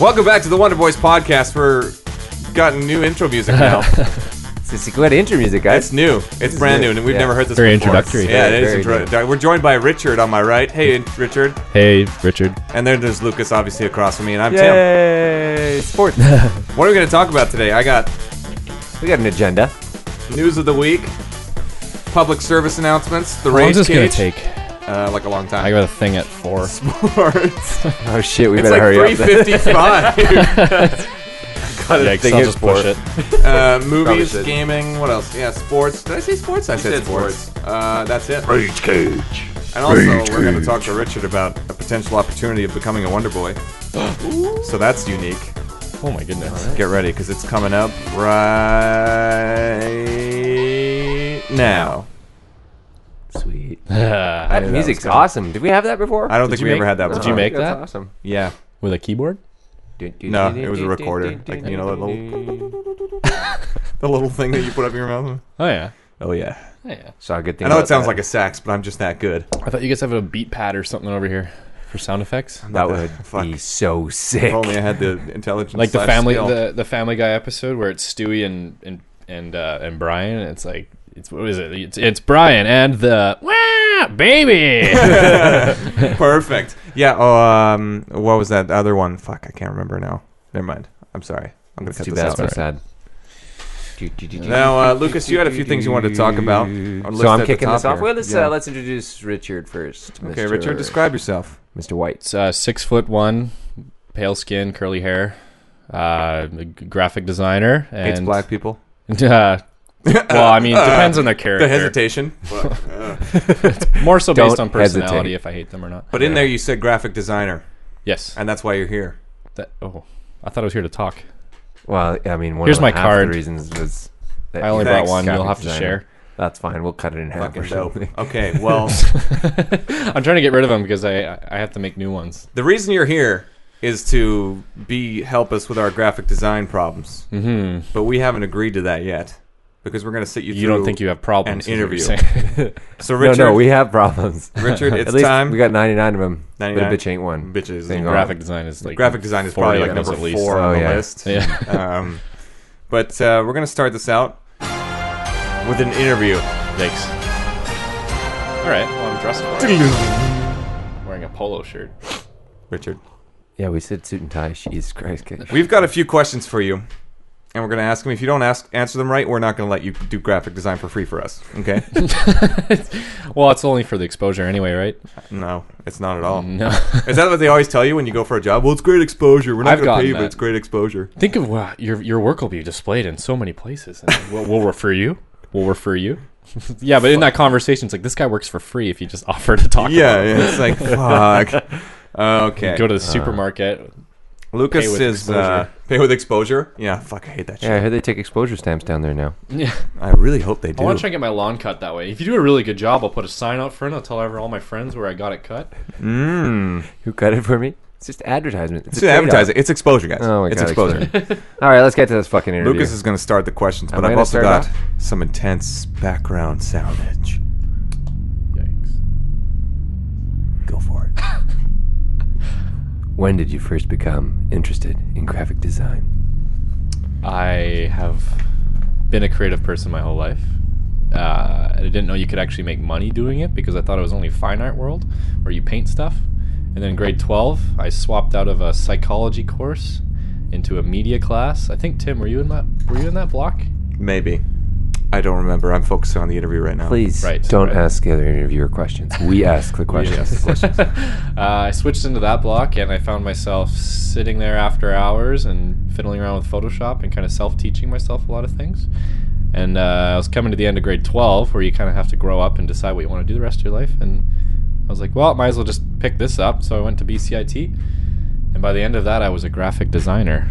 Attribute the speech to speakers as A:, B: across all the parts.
A: Welcome back to the Wonder Boys podcast. We're gotten new intro music now.
B: It's a good intro music,
A: it's
B: guys.
A: new. It's brand
B: new.
A: new, and we've
B: Yeah.
A: never heard this.
C: Very
A: before.
C: introductory.
A: Yeah,
B: Very,
A: it is
B: very new.
A: introductory. We're joined by Richard on my right. Hey, Richard.
C: Hey, Richard.
A: And then there's Lucas, obviously across from me, and I'm
B: Yay! Sports.
A: Tim. What are we going to talk about today? I got
B: we got an agenda.
A: news of the week, public service announcements, the
C: How long's
A: race
C: this gonna
A: cage.
C: take?
A: Uh, like a long
C: I
A: time.
C: got a thing at four.
A: Sports.
B: Oh shit! We
A: It's
B: better
A: like
B: hurry up.
A: 355.
B: Gotta
C: Yikes,
B: think
C: I'll
B: it's
C: just
B: for
C: push it.
A: uh, movies,
B: shouldn't.
A: gaming, what else? Yeah, sports. Did I say sports? I said,
B: said
A: sports. Uh, that's it.
D: Rage Cage.
A: And also, we're going to talk to Richard about a potential opportunity of becoming a Wonder Boy. so that's unique.
C: Oh my goodness.
A: Get ready, because it's coming up right now.
B: Sweet.
C: Ah,
B: That music's awesome. Did we have that before?
A: I don't think
C: you
A: we ever
C: make-
A: had that
C: did
A: before.
C: you make
B: That's
C: that?
B: Awesome.
A: Yeah.
C: With a keyboard?
A: No, it was a recorder. Like, you know, that little. the little thing that you put up your mouth?
C: Oh yeah.
A: Oh, yeah.
C: Oh, yeah.
B: Saw a good thing.
A: I know
B: about
A: it sounds
B: that.
A: like a sax, but I'm just that good.
C: I thought you guys have a beat pad or something over here for sound effects.
B: that would be so sick.
A: If only I had the intelligence.
C: Like the
A: slash
C: family
A: skill.
C: the, the Family Guy episode where it's Stewie and and and uh, and Brian and it's like it's what is it? It's, it's Brian and the Wah, baby.
A: Perfect. Yeah. Oh, um, what was that other one? Fuck, I can't remember now. Never mind. I'm sorry. I'm gonna
B: It's
A: cut
B: too
A: this
B: bad.
A: out.
B: So sad.
A: Now, uh, Lucas, you had a few things you wanted to talk about. Our list
B: So I'm
A: at the
B: kicking
A: top
B: this off.
A: here.
B: Well, let's
A: Yeah.
B: uh, let's introduce Richard first. Mr.
A: okay, Richard, describe yourself.
B: Mr. White.
C: It's uh, six foot one, pale skin, curly hair, uh, a g- graphic designer, and
A: Hates black people.
C: Uh, well, I mean, it depends on their character.
A: The hesitation.
C: More so based
B: Don't
C: on personality,
B: hesitate.
C: if I hate them or not.
A: But in there, Ah. you said graphic designer,
C: yes,
A: and that's why you're here.
C: that, oh, I thought I was here to talk.
B: Well, I mean, one
C: Here's
B: of
C: my
B: half
C: card.
B: The reasons was that
C: I only
B: you-
A: Thanks,
C: brought one. You'll
B: graphic
C: have to
B: designer.
C: share.
B: That's fine. We'll cut it in half.
A: Fucking
B: or
A: dope.
B: something.
A: Okay, well,
C: I'm trying to get rid of them because I I- I have to make new ones.
A: the reason you're here is to be help us with our graphic design problems,
C: hmm
B: Mm-hmm.
A: but we haven't agreed to that yet because we're gonna sit you.
C: You
A: through
C: don't think you have problems?
A: an
C: is what you're
A: interview.
C: saying.
A: So, Richard,
B: No, no, we have problems.
A: Richard, it's
B: At least
A: time.
B: we got 99 of them. But
A: 99?
B: a bitch ain't one.
A: bitches.
B: Thing on.
C: graphic design is like
A: graphic design is
C: 40
A: probably
C: of
A: like
C: those
A: number
C: at least.
A: four
B: Oh,
A: on the
B: yeah.
A: list.
C: Yeah.
A: Um, but uh, we're gonna start this out with an interview.
C: Yikes. All right. Well, I'm dressed for it. Wearing a polo shirt.
A: Richard,
B: Yeah, we said suit and tie. Jesus Christ. kid.
A: we've got a few questions for you, and we're gonna ask them. If you don't ask answer them right, we're not gonna let you do graphic design for free for us. Okay?
C: Well, it's only for the exposure anyway, right?
A: no, it's not at all.
C: No.
A: Is that what they always tell you when you go for a job? Well, it's great exposure. We're not
C: I've
A: gonna pay
C: gotten
A: you, but
C: that.
A: it's great exposure.
C: Think of wow, your your work will be displayed in so many places. And we'll, we'll refer you. We'll refer you. yeah, but in that conversation, it's like this guy works for free if you just offer to talk.
A: Yeah,
C: about him.
A: yeah, it's like fuck. Okay,
C: Go to the supermarket.
A: Lucas
C: pay with
A: is uh,
C: exposure.
A: pay with exposure. Yeah, fuck, I hate that shit.
B: Yeah, I heard they take exposure stamps down there now.
C: Yeah.
A: I really hope they do.
C: I want to try and get my lawn cut that way. If you do a really good job, I'll put a sign out front. I'll tell every- all my friends where I got it cut.
A: Mm.
B: Who cut it for me? It's just advertisement. It's,
A: It's
B: a
A: an
B: trade-off.
A: advertising. It's exposure, guys.
B: Oh my
A: it's
B: God,
A: exposure.
B: All right, let's get to this fucking interview.
A: Lucas is going to start the questions,
B: Am
A: but
B: I
A: I've
B: gonna
A: also
B: start
A: got
B: it off?
A: some intense background soundage.
C: Yikes.
A: Go for it.
B: When did you first become interested in graphic design?
C: I have been a creative person my whole life. Uh, and I didn't know you could actually make money doing it because I thought it was only fine art world where you paint stuff. And then in grade 12, I swapped out of a psychology course into a media class. I think Tim, were you in that were you in that block?
A: Maybe. I don't remember. I'm focusing on the interview right now.
B: Please
C: Right,
B: don't
C: right.
B: ask the other interviewer questions. We ask the questions.
C: uh, I switched into that block and I found myself sitting there after hours and fiddling around with Photoshop and kind of self teaching myself a lot of things. And uh, I was coming to the end of grade 12 where you kind of have to grow up and decide what you want to do the rest of your life. And I was like, well, might as well just pick this up. So I went to BCIT. And by the end of that, I was a graphic designer.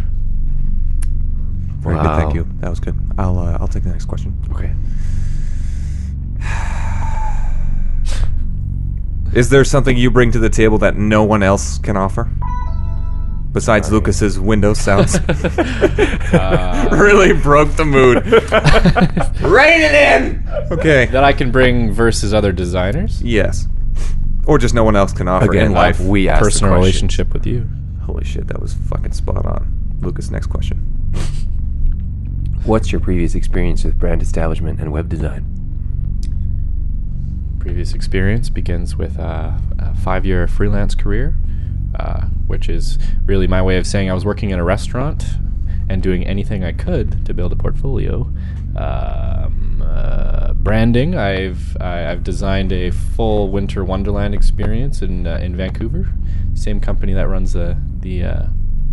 A: Very good. Thank you. That was good. I'll uh, I'll take the next question.
B: Okay.
A: Is there something you bring to the table that no one else can offer? Besides Lucas's window sounds,
C: Uh,
A: really broke the mood. Rain it in. Okay.
C: That I can bring versus other designers.
A: Yes. or just no one else can offer
B: Again,
A: in
B: like
A: life.
B: we asked the
C: personal
B: question.
C: relationship with you.
A: Holy shit, that was fucking spot on. Lucas, next question.
B: What's your previous experience with brand establishment and web design?
C: Previous experience begins with uh, a five year freelance career, uh, which is really my way of saying I was working in a restaurant and doing anything I could to build a portfolio. Um, uh, branding, I've, I, I've designed a full Winter Wonderland experience in, uh, in Vancouver, same company that runs the, the, uh,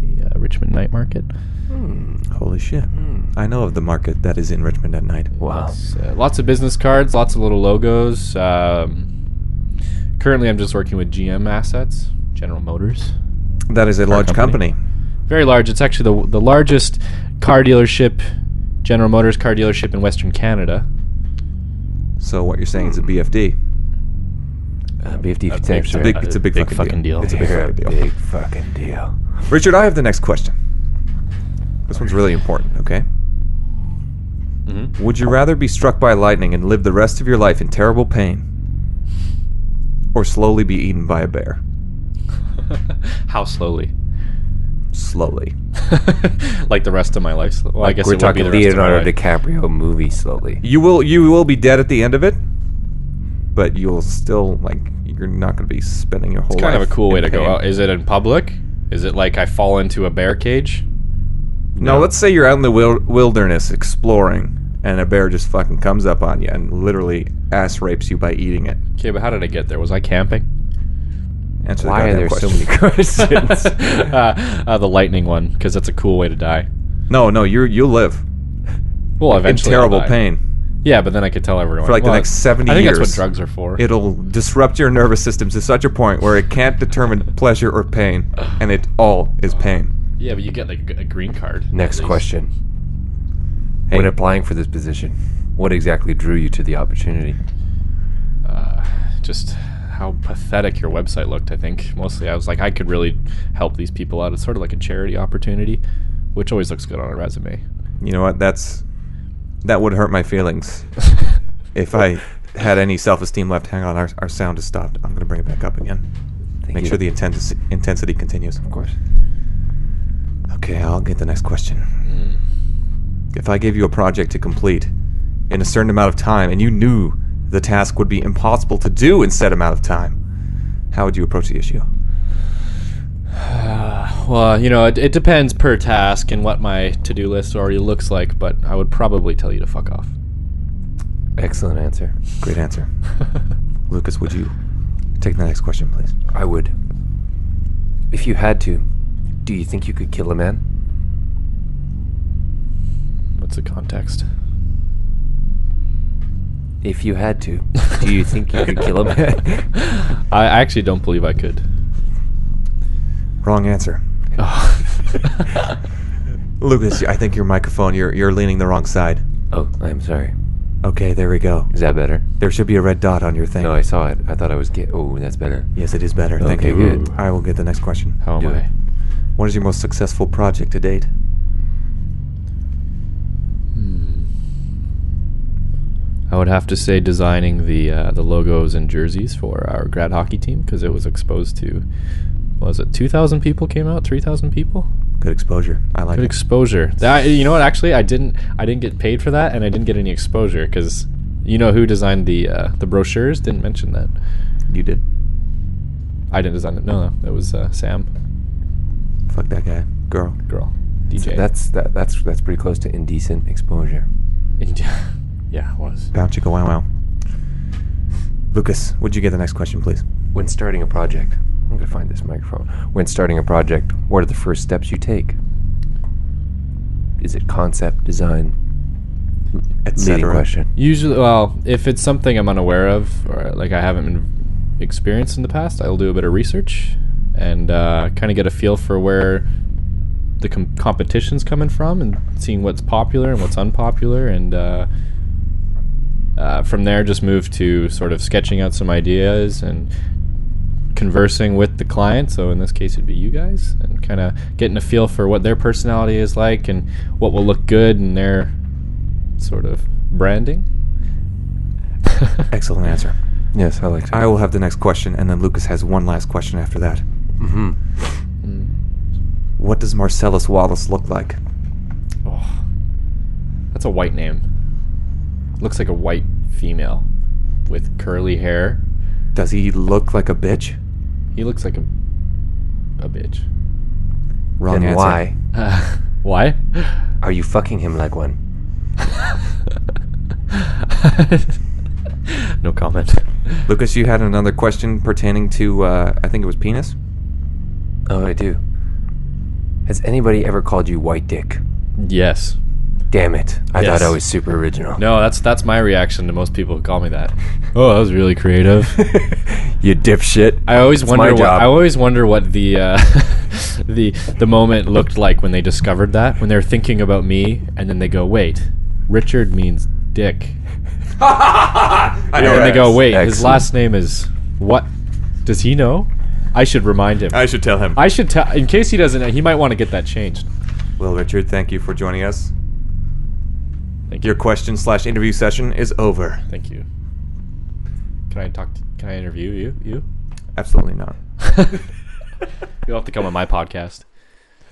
C: the uh, Richmond Night Market.
B: Hmm.
A: Holy shit. I know of the market that is in Richmond at night.
B: Wow.
C: Yes, uh, lots of business cards, lots of little logos. Um, currently, I'm just working with GM assets, General Motors.
A: That is a
C: Car
A: large company.
C: company. Very large. It's actually the, the largest car dealership, General Motors car dealership in Western Canada.
A: So what you're saying is a BFD.
B: Uh, BFD
C: a
B: stands
C: big-
A: It's
B: for
A: a big, it's a Uh, big,
C: big
A: fucking
C: fucking
A: deal.
C: deal.
A: It's a big
B: They're
A: fucking deal.
B: big fucking deal.
A: Richard, I have the next question. This one's really important, okay?
C: Mm-hmm.
A: Would you rather be struck by lightning and live the rest of your life in terrible pain or slowly be eaten by a bear?
C: How slowly?
A: Slowly.
C: like the rest of my life. Well, I guess
B: we're
C: it would be
B: talking
C: the rest of my
B: Leonardo
C: life.
B: DiCaprio movie slowly.
A: You will you will be dead at the end of it, but you'll still like you're not going to be spending your whole
C: It's
A: life.
C: kind of a cool way
A: in
C: to go
A: pain.
C: out. Is it in public? Is it like I fall into a bear cage?
A: No, let's say you're out in the wil- wilderness exploring and a bear just fucking comes up on you and literally ass rapes you by eating it.
C: Okay, but how did I get there? Was I camping?
A: Answer the
B: Why are
A: goddamn
B: there
A: question.
B: so many questions?
C: uh, uh, the lightning one because that's a cool way to die.
A: No, no, you you live
C: Well, eventually
A: in
C: I'll
A: terrible
C: die.
A: pain.
C: Yeah, but then I could tell everyone
A: For like the
C: Well,
A: next 70
C: I think
A: years.
C: that's what drugs are for.
A: It'll disrupt your nervous system to such a point where it can't determine pleasure or pain, and it all is pain.
C: yeah, but you get like a green card.
B: Next
C: at least.
B: question.
A: Hey.
B: When applying for this position, what exactly drew you to the opportunity?
C: Uh, just how pathetic your website looked. I think mostly I was like I could really help these people out. It's sort of like a charity opportunity, which always looks good on a resume.
A: You know what? That's that would hurt my feelings if I had any self-esteem left. Hang on, our, our sound has stopped. I'm gonna bring it back up again.
B: Thank
A: Make
B: you.
A: sure the intensity intensity continues.
B: Of course.
A: Okay, I'll get the next question. If I gave you a project to complete in a certain amount of time and you knew the task would be impossible to do in said amount of time, how would you approach the issue?
C: Well, you know, it, it depends per task and what my to-do list already looks like, but I would probably tell you to fuck off.
B: Excellent answer.
A: Great answer. Lucas, would you take the next question, please?
B: I would. If you had to, do you think you could kill a man?
C: What's the context?
B: If you had to, do you think you could kill a man?
C: I actually don't believe I could.
A: Wrong answer. Lucas, I think your microphone, you're, you're leaning the wrong side.
B: oh, I'm sorry.
A: Okay, there we go.
B: Is that better?
A: There should be a red dot on your thing.
B: No, I saw it. I thought I was get. Oh, that's better.
A: yes, it is better. Thank
B: Okay,
A: you.
B: good.
A: All right, we'll get the next question.
C: How am
B: Do it.
C: I?
A: What is your most successful project to date?
C: I would have to say designing the uh, the logos and jerseys for our grad hockey team because it was exposed to what was it two thousand people came out three thousand people
A: Good exposure. I like
C: good
A: it.
C: exposure that you know what actually I didn't I didn't get paid for that and I didn't get any exposure because you know who designed the uh, the brochures didn't mention that
A: you did.
C: I didn't design it no no it was uh, Sam
A: Fuck that guy. Girl.
C: girl DJ
B: That's that, that's that's pretty close to indecent exposure.
C: India yeah it was
A: Bow chicka wow wow. Lucas, would you get the next question, please?
B: When starting a project, I'm gonna find this microphone. When starting a project, what are the first steps you take? Is it concept design?
A: Et
B: Leading
A: cetera.
B: question.
C: Usually, well, if it's something I'm unaware of or like I haven't been experienced in the past, I'll do a bit of research and uh, kind of get a feel for where the com- competition's coming from and seeing what's popular and what's unpopular, and uh, uh, from there just move to sort of sketching out some ideas and conversing with the client. So in this case, it'd be you guys, and kind of getting a feel for what their personality is like and what will look good in their sort of branding.
A: Excellent answer.
B: Yes, I like to.
A: I will have the next question, and then Lucas has one last question after that.
B: hmm
C: Mm.
A: What does Marcellus Wallace look like?
C: Oh, that's a white name. Looks like a white female with curly hair.
A: Does he look like a bitch?
C: He looks like a a bitch.
A: Wrong
B: then
A: answer.
B: why
C: Uh, why?
B: are you fucking him like one?
C: no comment.
A: Lucas, you had another question pertaining to, uh, I think it was penis?
B: Oh, I do. Has anybody ever called you white dick?
C: Yes.
B: Damn it! I
C: Yes.
B: thought I was super original.
C: No, that's that's my reaction to most people who call me that. Oh, that was really creative.
B: you dipshit.
C: I always
B: It's my
C: wonder what
B: job.
C: I always wonder what the uh, the the moment looked like when they discovered that when they're thinking about me and then they go wait Richard means dick and then they go wait his
B: Excellent.
C: last name is what does he know I should remind him I,
A: should tell him.
C: should tell in case he doesn't know, he might want to get that changed
A: Well, Richard, thank you for joining us.
C: thank
A: Your
C: you
A: question slash interview session is over.
C: thank you can I talk to, can I interview you you
A: Absolutely not.
C: you'll have to come on my podcast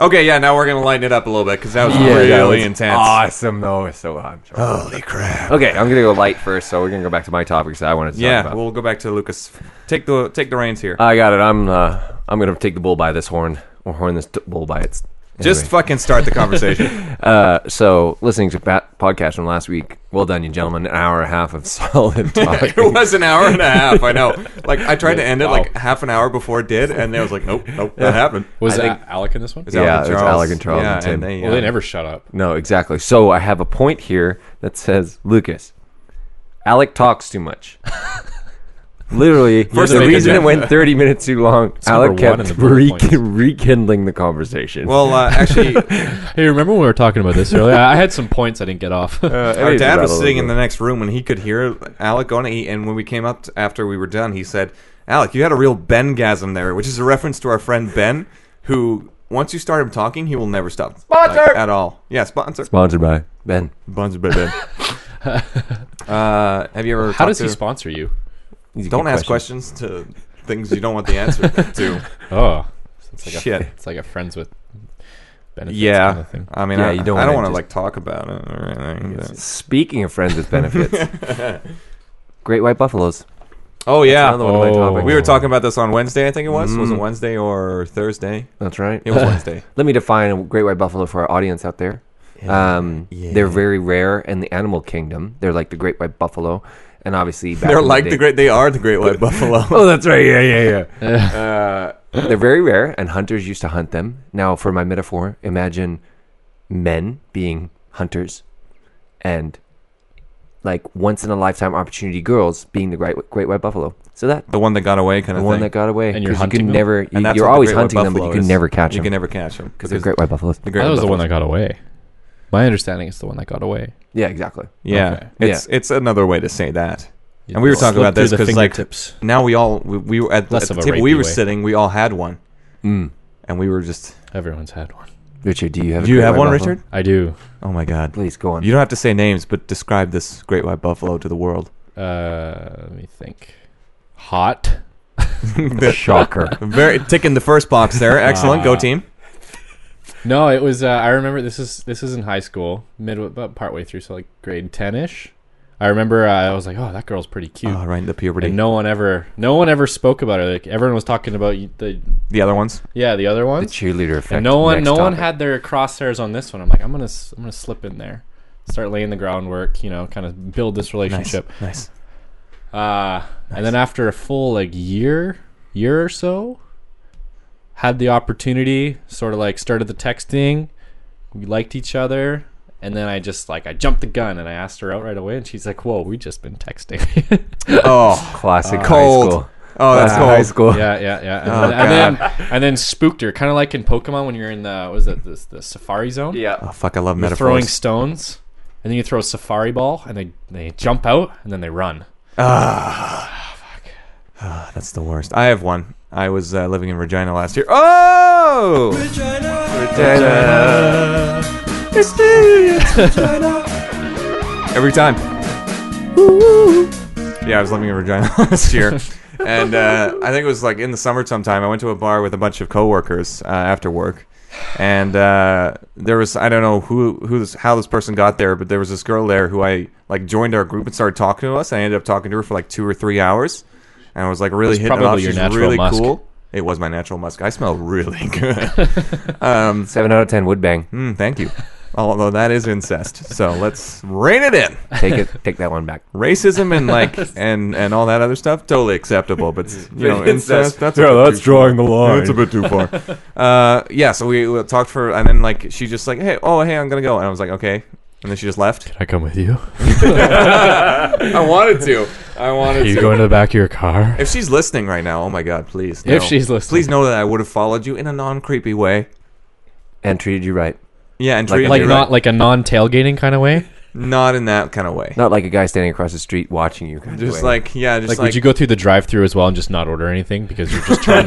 A: Okay, yeah, now we're gonna lighten it up a little bit because that was really intense.
B: Awesome though. It's so hot.
A: Holy crap!
B: Okay, I'm gonna go light first, so we're gonna go back to my topics that I wanted to talk
A: Yeah,
B: about.
A: we'll go back to Lucas. Take the take the reins here.
B: I got it. I'm uh, I'm gonna take the bull by this horn, or horn this t- bull by its.
A: Just
B: Anyway.
A: fucking start the conversation.
B: Uh, so listening to Pat podcast from last week. Well done, you gentlemen. An hour and a half of solid talk.
A: it was an hour and a half. I know. Like I tried to end it
C: Wow.
A: like half an hour before it did, and it was like, nope, nope, that happened.
C: was
B: I
C: that
B: think-
C: Alec in this one
A: It's
B: Yeah,
A: Alec
B: it was Alec and Charles
A: Yeah,
B: and Tim.
A: they,
C: well
A: uh,
C: they never shut up
B: no, exactly. So I have a point here that says Lucas, Alec talks too much. Literally,
A: First
B: the
A: of all,
B: reason
A: yeah.
B: it went 30 minutes too long,
C: number
B: Alec
C: one
B: kept
C: in the bullet
B: re-
C: points.
B: rekindling the conversation.
A: Well, uh, actually,
C: Hey, remember when we were talking about this earlier? I had some points I didn't get
A: Uh,
C: off.
A: Our dad was sitting in the next room and he could hear Alec going to eat. And when we came up t- after we were done, he said, Alec, you had a real Bengasm there, which is a reference to our friend Ben, who once you start him talking, he will never stop. Sponsor! at all. Yeah, sponsor.
B: sponsored by Ben.
A: Sponsor by Ben. uh, have you ever
C: How
A: talked
C: does he
A: to-
C: sponsor you?
A: Don't ask questions to things you don't want the answer to.
C: Oh, it's like
A: Shit.
C: A, it's like a friends with benefits
A: yeah.
C: kind of thing.
A: I mean,
B: Yeah,
A: I,
B: you
A: don't
B: don't
A: I don't want
B: wanna
A: to
B: just-
A: like talk about it or anything.
B: Speaking of friends with benefits, great white buffaloes.
A: Oh, yeah.
B: Another one of my
C: Oh.
B: topics.
A: We were talking about this on Wednesday, I think it was. Was it
B: Mm.
A: Wednesday or Thursday?
B: That's right.
A: It was Wednesday.
B: Let me define a great white buffalo for our audience out there. Um,
A: Yeah.
B: They're very rare in the animal kingdom. They're like the great white buffalo, and obviously back
A: They're
B: in
A: like
B: day-
A: the great. They are the great white buffalo.
B: Oh, that's right. Yeah, yeah, yeah. uh, they're very rare, and hunters used to hunt them. Now, for my metaphor, imagine men being hunters, and like once in a lifetime opportunity, girls being the great great white buffalo. So that
A: the one that got away, kind
B: the
A: of
B: one
A: thing.
B: that got away,
C: And you're
B: 'cause you
C: hunting
B: can
C: them?
B: never.
A: And
B: You,
A: that's
B: you're
A: what the
B: always
A: great white
B: hunting them, but you
A: buffalo
B: can
A: is.
B: never catch
A: you can
B: them
A: never catch them
B: because they're great white buffaloes.
A: The great
C: That was
A: white
C: the one
A: buffalo.
C: that got away. My understanding is the one that got away.
B: Yeah, exactly.
A: Yeah,
C: Okay.
A: it's it's another way to say that. And we were talking about this 'cause, like,
C: tips.
A: Now we all we, we were at,
C: Less
A: at the
C: of a
A: table we
C: rapey
A: were
C: way.
A: sitting. We all had one,
B: Mm.
A: and we were just.
C: Everyone's had one.
B: Richard, do you have? a
A: Do you
B: great
A: have
B: white
A: one,
B: buffalo?
A: Richard?
C: I do.
A: Oh my God!
B: Please go on.
A: You don't have to say names, but describe this great white buffalo to the world.
C: Uh, let me think. Hot.
B: Shocker.
A: Very ticking the first box there. Excellent, go
C: Ah.
A: team.
C: No, it was. Uh, I remember this is this is in high school, mid about partway through, so like grade ten ish. I remember uh, I was like, oh, that girl's pretty cute.
A: Oh, right, the puberty.
C: and no one ever, no one ever spoke about her. Like everyone was talking about y- the,
A: The other ones.
C: yeah, the other
B: the
C: ones.
B: cheerleader effect.
C: And no one,
B: Next
C: no one
B: topic.
C: had their crosshairs on this one. I'm like, I'm gonna, s- I'm gonna slip in there, start laying the groundwork, you know, kind of build this
A: Nice.
C: relationship.
A: Nice.
C: Uh, And then after a full like year, year or so, had the opportunity, sort of like started the texting. We liked each other, and then I just like I jumped the gun and I asked her out right away, and she's like, "Whoa, we just been texting."
A: Oh,
B: classic
A: cold.
B: high school.
A: oh, that's
B: Classic high
A: cold.
B: school.
C: yeah, yeah, yeah. And,
A: Oh,
C: then, and then and then spooked her, kind of like in Pokemon when you're in the what is that the, the Safari Zone?
A: Oh fuck! I love
C: You're
A: metaphors.
C: throwing stones, and then you throw a Safari ball, and they they jump out, and then they run.
A: That's the worst. I have one. I was uh, living in Regina last year. Oh, Regina, Regina. Every time. Yeah, I was living in Regina last year, and uh, I think it was like in the summer sometime. I went to a bar with a bunch of coworkers uh, after work, and uh, there was I don't know who who this, how this person got there, but there was this girl there who I like joined our group and started talking to us. I ended up talking to her for like two or three hours, and I was like really
C: It's
A: hitting it
C: probably
A: off.
C: your
A: She's
C: natural
A: really
C: musk.
A: cool. It was my natural musk. I smell really good. um,
B: Seven out of ten would bang.
A: mm, thank you. Although that is incest, so let's rein it in
B: Take it. take that one back.
A: racism and like and and all that other stuff totally acceptable but you know
B: It's-
A: incest that's
B: yeah,
A: a bit
B: that's
A: too
B: drawing
A: far.
B: the line.
A: that's a bit too far uh yeah so we uh, talked for and then like she just like hey oh hey i'm gonna go and i was like okay and then she just left
D: I come with you?
A: i wanted to i wanted
D: Are you going to the back of your car?
A: if she's listening right now oh my god please no.
C: If she's listening.
A: please know that i would have followed you in a non-creepy way
B: And treated you right.
A: yeah and
B: Like-
A: treated
C: like
A: you
C: not like a non-tailgating kind of way.
A: right. not in that kind of way
B: Not like a guy standing across the street watching you. Kind
A: just
B: of way.
A: like yeah just
C: Like,
A: like,
C: would you go through the drive-through as well and just not order anything because you're just trying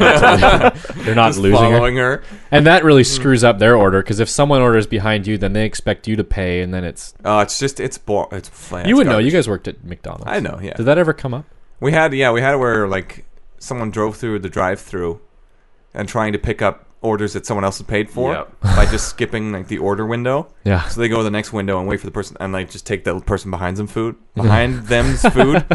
C: not to? You're not
A: just
C: losing her.
A: following Mm. her.
C: And that really screws up their order because if someone orders behind you, then they expect you to pay, and then it's
A: Oh, it's just it's bo- it's flat.
C: you would know. You guys worked at McDonald's.
A: I know, yeah.
C: Did that ever come up?
A: We had yeah, we had where like someone drove through the drive-through and trying to pick up orders that someone else had paid for
B: Yep.
A: by just skipping like the order window.
C: Yeah.
A: So they go to the next window and wait for the person and like just take the person behind them food behind them's food.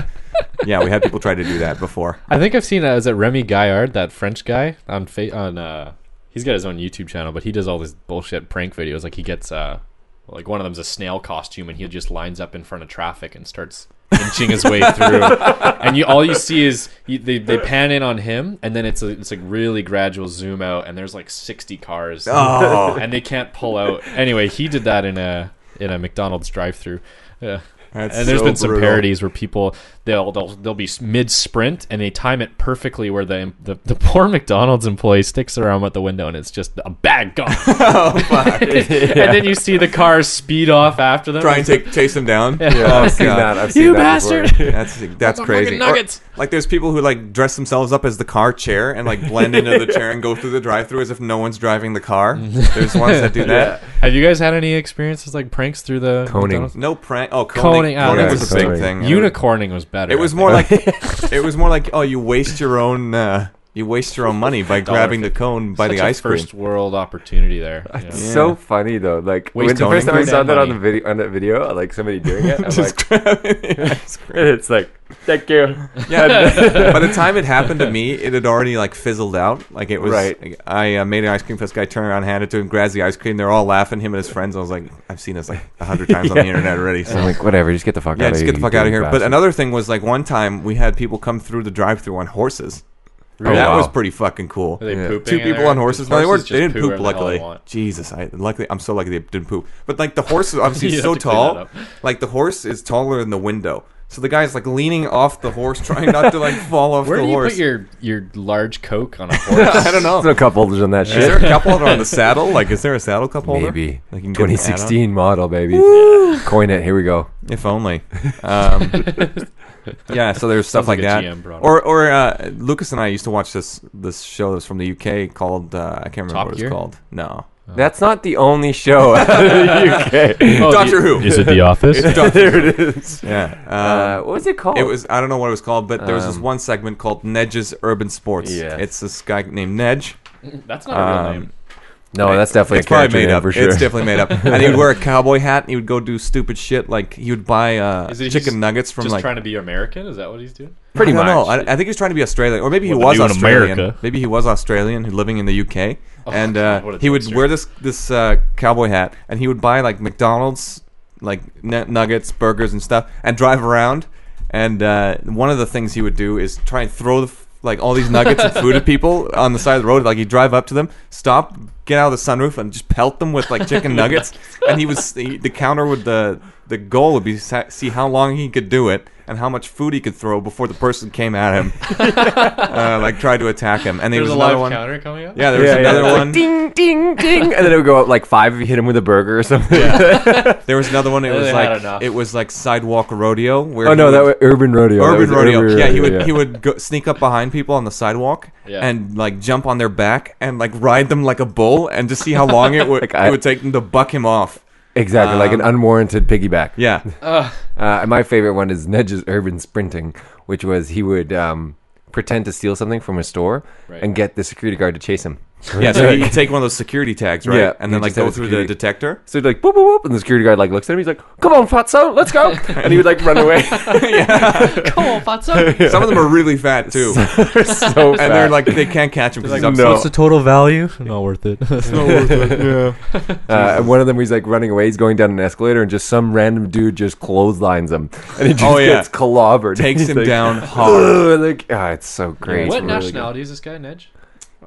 A: Yeah, we had people try to do that before.
C: I think I've seen uh, is it Remy Gaillard, that French guy on fa- on uh he's got his own YouTube channel, but he does all these bullshit prank videos. Like he gets uh like one of them's a snail costume and he just lines up in front of traffic and starts inching his way through. And you all you see is you, they, they pan in on him and then it's a, it's like really gradual zoom out and there's like 60 cars
A: Oh,
C: and they can't pull out. Anyway, he did that in a in a McDonald's drive-through. Yeah
A: that's
C: and there's
A: so
C: been some
A: brutal.
C: parodies where people they'll they'll they'll be mid sprint and they time it perfectly where the, the the poor McDonald's employee sticks their arm out the window and it's just a bad gone.
A: Oh,
C: and then you see the cars speed off after them.
A: Try and take chase them down.
B: Yeah, I've
A: Oh,
B: seen
A: God.
B: that. I've seen
C: you
B: that before.
C: bastard!
A: That's that's
C: Motherfucking
A: crazy. Or-
C: nuggets.
A: like there's people who like dress themselves up as the car chair and like blend into the chair and go through the drive-through as if no one's driving the car. There's ones that do that.
C: Have you guys had any experiences like pranks through the
B: Coning.
C: McDonald's?
A: No prank. Oh, coning. Coning,
C: Coning out. Yeah,
A: was a big
B: coning.
A: thing.
C: Unicorning was better.
A: Mm-hmm. It was more like it was more like oh, you waste your own uh, you waste your own money by grabbing the cone by the ice cream.
C: First world opportunity there. you know.
A: Yeah.
B: So funny though. Like when
C: Wasting
B: the first time I
C: good
B: saw that on
C: money.
B: the video, on that video, like somebody doing it, I'm like,
A: Just grabbing the ice cream.
B: it's like, thank you.
A: Yeah. by the time it happened to me, it had already like fizzled out. Like it was.
B: Right.
A: like, I uh, made an ice cream for this guy, turned around, handed it to him, grabs the ice cream. They're all laughing. Him and his friends. I was like, I've seen this like a hundred times on the internet already. So
B: I'm like, whatever. Just get the fuck
A: Yeah,
B: out.
A: just
B: of
A: get the fuck out of here. But
B: another.
A: another thing was like one time we had people come through the drive-through on horses.
B: Oh,
A: that
B: wow.
A: was pretty fucking cool.
C: Are they
B: Yeah.
C: pooping
A: Two
C: in
A: people
C: there?
A: on horses.
C: Just
A: No, they weren't.
C: horses
A: They
C: just
A: didn't
C: poo
A: poop.
C: wherever the hell they
A: Luckily,
C: want.
A: Jesus, I luckily I'm so lucky they didn't poop. But like the horse, is obviously
C: You
A: so
C: have to clean that
A: tall.
C: up.
A: Like the horse is taller than the window, so the guy's like leaning off the horse, trying not to like fall off
C: Where
A: the
C: do you
A: horse.
C: put your your large coke on a horse?
A: I don't know.
B: There's no cup holders on that
A: Is there
B: shit.
A: a cup holder on the saddle? Like, is there a saddle cup holder?
B: Maybe
A: Like, you can get an add-on?
B: 2016 model, baby. Coin it. Here we go.
A: If only. Um, yeah, so there's stuff like,
C: Sounds like a
A: that.
C: GM product.
A: or or uh, Lucas and I used to watch this this show that was from the UK called uh, I can't remember
C: Top
A: what
C: Gear?
A: it's called. No,
B: That's not the only show out of the UK.
C: Oh,
A: Doctor
C: the-
A: Who.
C: Is it The Office?
A: It's Doctor
B: there it is.
A: Yeah. Uh,
B: Uh, what was it
C: Oh,
B: called?
A: it was I don't know what it was called, but there was this
B: Um,
A: one segment called Nedge's Urban Sports.
B: Yeah.
A: It's this guy named Nedge.
C: That's not a real
A: Um,
C: name.
B: no, Oh, that's definitely
A: it's
B: a character
A: probably made
B: name
A: up.
B: for sure.
A: It's definitely made up. and he would wear a cowboy hat and he would go do stupid shit like he would buy uh,
C: Is it he's
A: chicken nuggets from
C: Just
A: like
C: trying to be American? Is that what he's doing?
A: Pretty much. I, I think he was trying to be Australian, or maybe he
C: What
A: was
C: they do in
A: Australian.
C: America.
A: Maybe he was Australian, who- living in the UK,
C: Oh,
A: and
C: God, what
A: uh,
C: a
A: he would
C: trickster.
A: wear this this uh, cowboy hat, and he would buy like McDonald's like n- nuggets, burgers, and stuff, and drive around. And uh, one of the things he would do is try and throw the, f- like all these nuggets and food at people on the side of the road. Like he'd drive up to them, stop, get out of the sunroof, and just pelt them with like chicken nuggets. and he was the, the counter would the the goal would be sa- see how long he could do it and how much food he could throw before the person came at him, uh, like tried to attack him. And there
C: There's
A: was another
C: a live
A: one.
C: counter coming up.
A: Yeah, there was
B: Yeah, yeah,
A: another
B: it's like,
A: one.
B: ding, ding, ding, and then it would go up like five if you hit him with a burger or something.
A: There was another one. It
C: They
A: was
C: had
A: like
C: enough.
A: it was like sidewalk rodeo. Where
B: oh
A: he
B: no,
A: would-
B: that was Urban Rodeo. That
A: urban
B: was
A: rodeo.
B: Urban
A: yeah, he would
B: yeah.
A: he would go, sneak up behind people on the sidewalk
C: Yeah.
A: and like jump on their back and like ride them like a bull and just see how long it would
B: Like I-
A: it would take them to buck him off.
B: exactly like an
A: Um,
B: unwarranted piggyback.
A: Yeah,
C: Ugh.
B: Uh, and my favorite one is Nedge's Urban Sprinting, which was he would um, pretend to steal something from a store
C: Right.
B: and get the security guard to chase him.
A: Yeah, so you take one of those security tags, right?
B: Yeah,
A: and then
B: you
A: like
B: just have
A: go
B: a
A: through the
B: security-
A: detector.
B: So he'd like boop boop boop, and the security guard like looks at him. He's like, "Come on, Fatso, let's go!" and he would like run away.
C: Come on, Fatso.
A: Some of them are really fat too,
B: so
A: and they're like they can't catch him because
B: like,
A: he's
B: no.
A: up.
D: What's the total value? Not worth it.
B: Uh, and one of them, he's like running away. He's going down an escalator, and just some random dude just clotheslines him, and he just
A: Oh, yeah.
B: gets clobbered.
A: Takes
B: He's
A: him
B: like,
A: down hard.
B: "Ugh," like, ah, it's so great. It's
C: what
B: really good.
C: nationality is this guy, Nedge?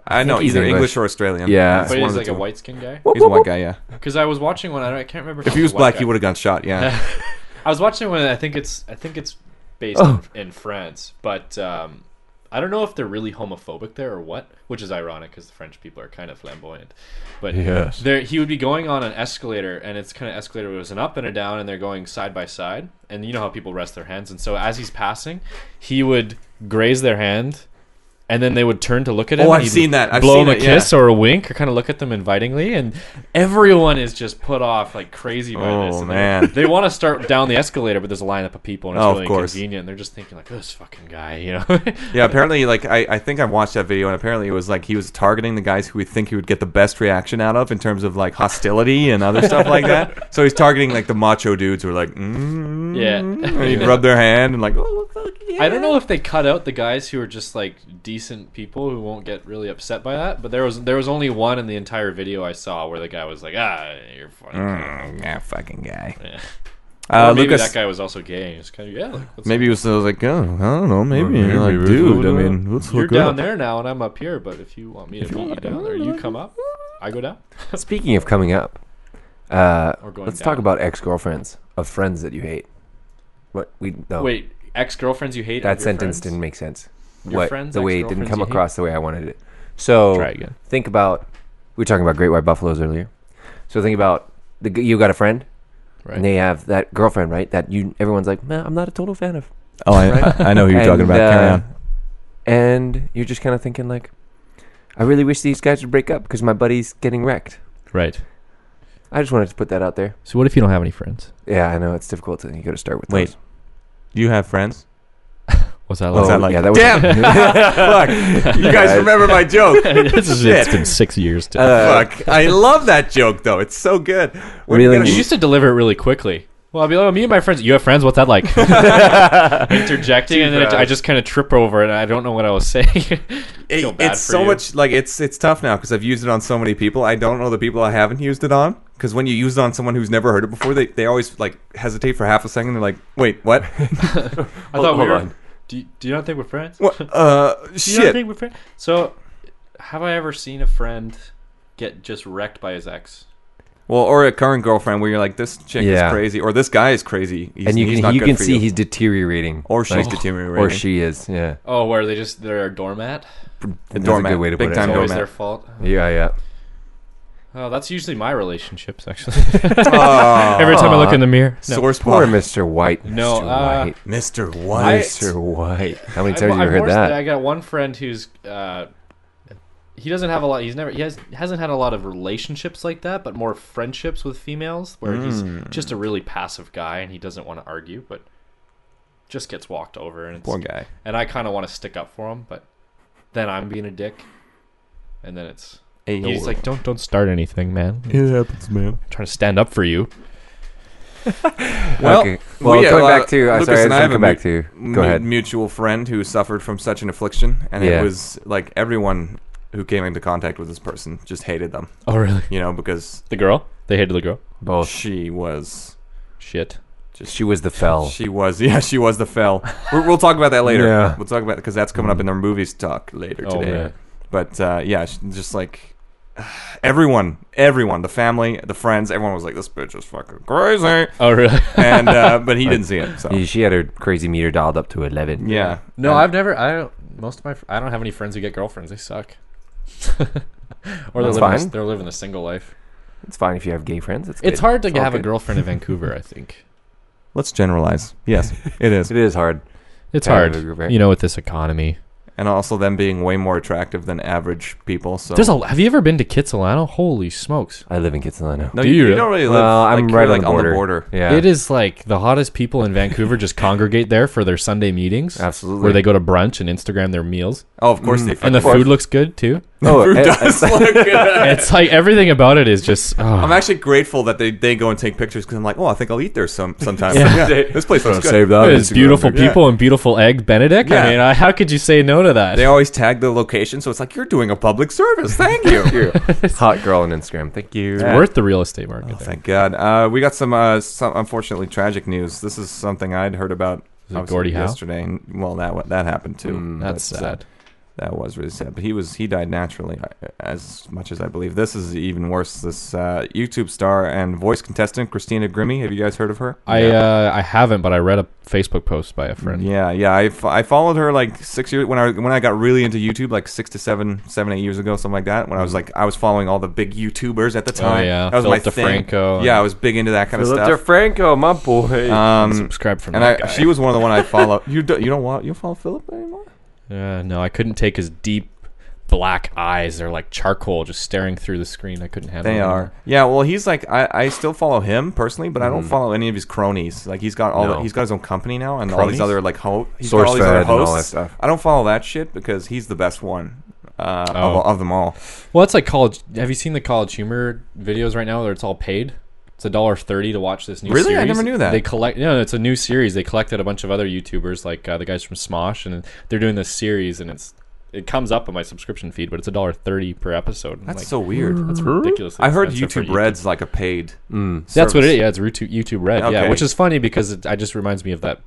A: I know
B: he's
A: either English.
B: English
A: or Australian.
B: Yeah.
A: It's
C: But
A: one
C: he's
A: of the
C: like a
A: two.
C: white skinned guy.
B: Whoop,
A: He's a
B: whoop,
A: white
B: whoop.
A: guy. Yeah.
C: Because I was watching one. I, don't, I can't remember.
A: If he was black, he would have gotten shot. Yeah.
C: have. I was watching one. I think it's. I think it's based
B: Oh.
C: in, in France, but um, I don't know if they're really homophobic there or what. Which is ironic because the French people are kind of flamboyant. But
D: yes.
C: there, he would be going on an escalator, and it's kind of escalator. where It was an up and a down, and they're going side by side. And you know how people rest their hands, and so as he's passing, he would graze their hand, and then they would turn to look at him.
A: Oh,
C: and
A: I've
C: he'd
A: seen that. I've
C: blow
A: seen
C: him
A: it,
C: a
A: yeah.
C: kiss or a wink, or kind of look at them invitingly, and everyone is just put off like crazy by
A: Oh,
C: this. and they-
A: man.
C: they want to start down the escalator, but there's a lineup of people, and it's
A: Oh, of
C: really
A: course.
C: inconvenient. And they're just thinking like, "Oh, this fucking guy, you know?
A: Yeah, apparently, like I, I think I watched that video, and apparently it was like he was targeting the guys who we think he would get the best reaction out of in terms of like hostility and other stuff like that. So he's targeting like the macho dudes who are like, mm,
C: Yeah.
A: and he'd rub their hand and like, oh fuck yeah.
C: I don't know if they cut out the guys who are just like decent people who won't get really upset by that, but there was there was only one in the entire video I saw where the guy was like, "Ah, you're funny."
A: Mm, yeah, fucking guy.
C: Yeah.
A: Uh,
C: Or maybe
A: Lucas,
C: that guy was also gay. And he's kind of yeah. Like, what's
A: maybe he was uh, like, oh, I don't know, maybe,
D: Maybe
A: like,
D: we
A: dude.
D: should do
A: I
D: that.
A: mean, let's
C: up? you're
A: hook
C: down
A: up.
C: there now, and I'm up here. But if you want me to meet you down there, you come up. I go down.
B: Speaking of coming up, uh,
C: Or going
B: let's
C: down.
B: talk about ex-girlfriends of friends that you hate. What we no,
C: Wait, ex girlfriends you hate. of
B: that
C: your
B: sentence
C: friends?
B: didn't make sense.
C: Your friends,
B: the way it didn't
C: ex-girlfriends
B: come
C: you hate?
B: across Oh, the way I wanted it. So
C: Try again.
B: think about we were talking about great white buffaloes earlier. So think about the, g- you got a friend
C: Right.
B: and they have that girlfriend, right? That you everyone's like, man, I'm not a total fan of.
A: Oh, I, I know who you're talking
B: And,
A: about. Carry
B: uh,
A: on.
B: And you're just kind of thinking like, I really wish these guys would break up because my buddy's getting wrecked.
C: Right.
B: I just wanted to put that out there.
C: So what if you don't have any friends?
B: Yeah, I know it's difficult to you got to start with.
A: Wait,
B: those.
A: Do you have friends?
C: What's that
A: What's
B: Oh,
A: that like?
B: yeah, that was-
A: Damn! Fuck! You guys remember my joke? Shit.
C: six years. To-
B: Uh,
A: Fuck! I love that joke though. It's so good. We're
B: Really
A: gonna-
C: You used to deliver it really quickly. Well, I'll be like, oh, me and my friends. You have friends? What's that like? Interjecting, and then it, I just kind of trip over it. and I don't know what I was saying.
A: It-
C: Feel bad
A: it's
C: for
A: so
C: you.
A: much like it's it's tough now because I've used it on so many people. I don't know the people I haven't used it on because when you use it on someone who's never heard it before, they, they always like hesitate for half a second. They're like, "Wait, what?
C: I thought we
B: Hold
C: were.
B: on.
C: Do, you, do you not think we're friends?
A: what? Uh,
C: Do you not
A: shit."
C: think we're friends? So, have I ever seen a friend get just wrecked by his ex?
A: Well, or a current girlfriend where you're like, "This chick
B: Yeah.
A: is crazy," or "This guy is crazy," he's,
B: and you
A: he's
B: can
A: not
B: you
A: good
B: can
A: for
B: see
A: you.
B: he's deteriorating,
A: or she's
B: Like,
A: deteriorating,
B: or she is. Yeah,
C: Oh, where they just they're a doormat.
A: the
B: That's a
A: doormat,
B: good way to
A: big
B: put it.
A: time
C: It's always their
A: doormat.
C: fault.
B: yeah, yeah.
C: Oh, that's usually my relationships actually.
A: Aw.
C: Every time I look in the mirror. No.
A: Ah, Source
B: Poor
A: block.
B: Mr. White.
C: No,
B: Mr.
C: uh,
B: White.
A: Mr.
C: I-
A: White.
B: Mr. White. How many
C: I've-
B: times have you
C: I've
B: heard
C: noticed
B: that?
C: I got one friend who's uh, he doesn't have a lot. He's never he has hasn't had a lot of relationships like that, but more friendships with females where
B: Mm.
A: Hmm.
C: he's just a really passive guy and he doesn't want to argue, but just gets walked over and it's,
A: Poor guy.
C: and I kind of want to stick up for him, but then I'm being a dick, and then it's he's like don't don't start anything, man. I'm
A: It happens, man.
C: trying to stand up for you.
A: Well,
B: okay. well
A: we,
B: going
A: uh,
B: back to. I'm
A: Lucas
B: sorry, I
A: and I have
B: have to come
A: a
B: back to.
A: mu-
B: Go ahead.
A: Mutual friend who suffered from such an affliction, and
B: Yeah.
A: it was like everyone who came into contact with this person just hated them,
C: Oh really?
A: you know, because
C: The girl? They hated the girl.
B: Both.
A: she was,
C: Shit.
B: She was the fell.
A: she was, yeah, she was the fell. We're, we'll talk about that later.
B: Yeah.
A: We'll talk about because that's coming up in our movies talk later
C: Oh
A: today.
C: man.
A: But uh, yeah, sh- just like everyone, everyone, the family, the friends, everyone was like, "This bitch is fucking crazy,"
C: Oh really?
A: and uh, but he didn't see it. So
B: Yeah, She had her crazy meter dialed up to 11.
A: yeah,
C: No,
A: And-
C: I've never. I don't. Most of my. fr- I don't have any friends who get girlfriends. They suck. or they're
B: That's
C: living, a s-
B: fine.
C: they're living a single life.
B: It's fine if you have gay friends. It's,
C: It's
B: good.
C: hard to
B: all
C: have a
B: good.
C: girlfriend in Vancouver. I think
A: Let's generalize. Yes, it is.
B: It is hard.
C: it's
B: Yeah,
C: hard.
B: they're very-
C: You know, with this economy.
A: and also them being way more attractive than average people. So
C: There's a. Have you ever been to Kitsilano? Holy smokes!
B: I live in Kitsilano.
A: no,
C: Do
A: you,
C: you
A: you
C: really?
A: don't really live.
B: well, I'm
A: like,
B: right
A: you're,
B: on,
A: like,
B: the border. Yeah,
C: It is like the hottest people in Vancouver just congregate there for their Sunday meetings.
B: Absolutely.
C: Where they go to brunch and Instagram their meals.
A: Oh, of course they.
C: Mm. And the
A: fucking-
C: food looks good too.
B: Oh,
A: food
B: it-
A: does look good.
C: It's like everything about it is just. Oh.
A: I'm actually grateful that they, they go and take pictures because I'm like, oh, I think I'll eat there some sometime.
C: Yeah.
A: Like, yeah, this place looks good.
B: save that.
C: It's oh, beautiful people and beautiful egg Benedict.
A: Yeah.
C: I mean, I, how could you say no to that?
A: They always tag the location, so it's like you're doing a public service. Thank you.
B: Hot girl on Instagram. Thank you.
C: It's worth the real estate market.
A: Oh,
C: there.
A: thank God. Uh, we got some, uh, some unfortunately tragic news. This is something I'd heard about
C: Is it
A: obviously
C: Gordie Howe?
A: yesterday. and- Well, that wa- that happened too. uh,
B: Mm,
C: That's sad.
A: That was really sad. But he was he died naturally, uh, as much as I believe. This is even worse. This uh, YouTube star and voice contestant Christina Grimmie. Have you guys heard of her?
C: I uh, I haven't, but I read a Facebook post by a friend.
A: Yeah, yeah. I, f- I followed her like six years when I when I got really into YouTube, like six to seven, seven eight years ago, something like that. When I was like, I was following all the big YouTubers at the time.
C: Mm-hmm. Oh, yeah.
A: Oh, that was
C: uh, Philip
A: my thing.
C: DeFranco.
A: Yeah, I was big into that kind
B: Philip
A: of stuff.
B: DeFranco, my boy.
A: um,
C: Subscribe from
A: and
C: that
A: I,
C: guy.
A: she was one of the one I follow. you do, you don't want you don't follow Philip anymore?
C: Uh, no, I couldn't take his deep black eyes. They're like charcoal, just staring through the screen. I couldn't handle.
A: They
C: them.
A: are. Yeah. Well, he's like I, I still follow him personally, but I don't follow any of his cronies. Like he's got all
B: Mm-hmm. No.
A: the, he's got his own company now and all
C: Cronies?
A: these other like ho- he's got
B: Source
A: all these other
B: Fed and all that
A: hosts.
B: stuff.
A: I don't follow that shit because he's the best one uh,
C: Oh.
A: of, of them all.
C: Well, it's like college. Have you seen the college humor videos right now? Where it's all paid. It's a dollar thirty to watch this new.
A: Really? I
C: series.
A: never knew that.
C: They collect. No, it's a new series. They collected a bunch of other YouTubers, like uh, the guys from Smosh, and they're doing this series, and it's it comes up on my subscription feed, but it's a dollar thirty per episode. I'm
A: That's
C: like,
A: so weird.
C: that's ridiculous.
A: I heard
C: expensive for
A: YouTube Red's like a paid.
C: Hmm. That's what it
A: service.
C: is. Yeah, it's Rutu- YouTube Red.
A: Okay.
C: Yeah, which is funny because it I just reminds me of that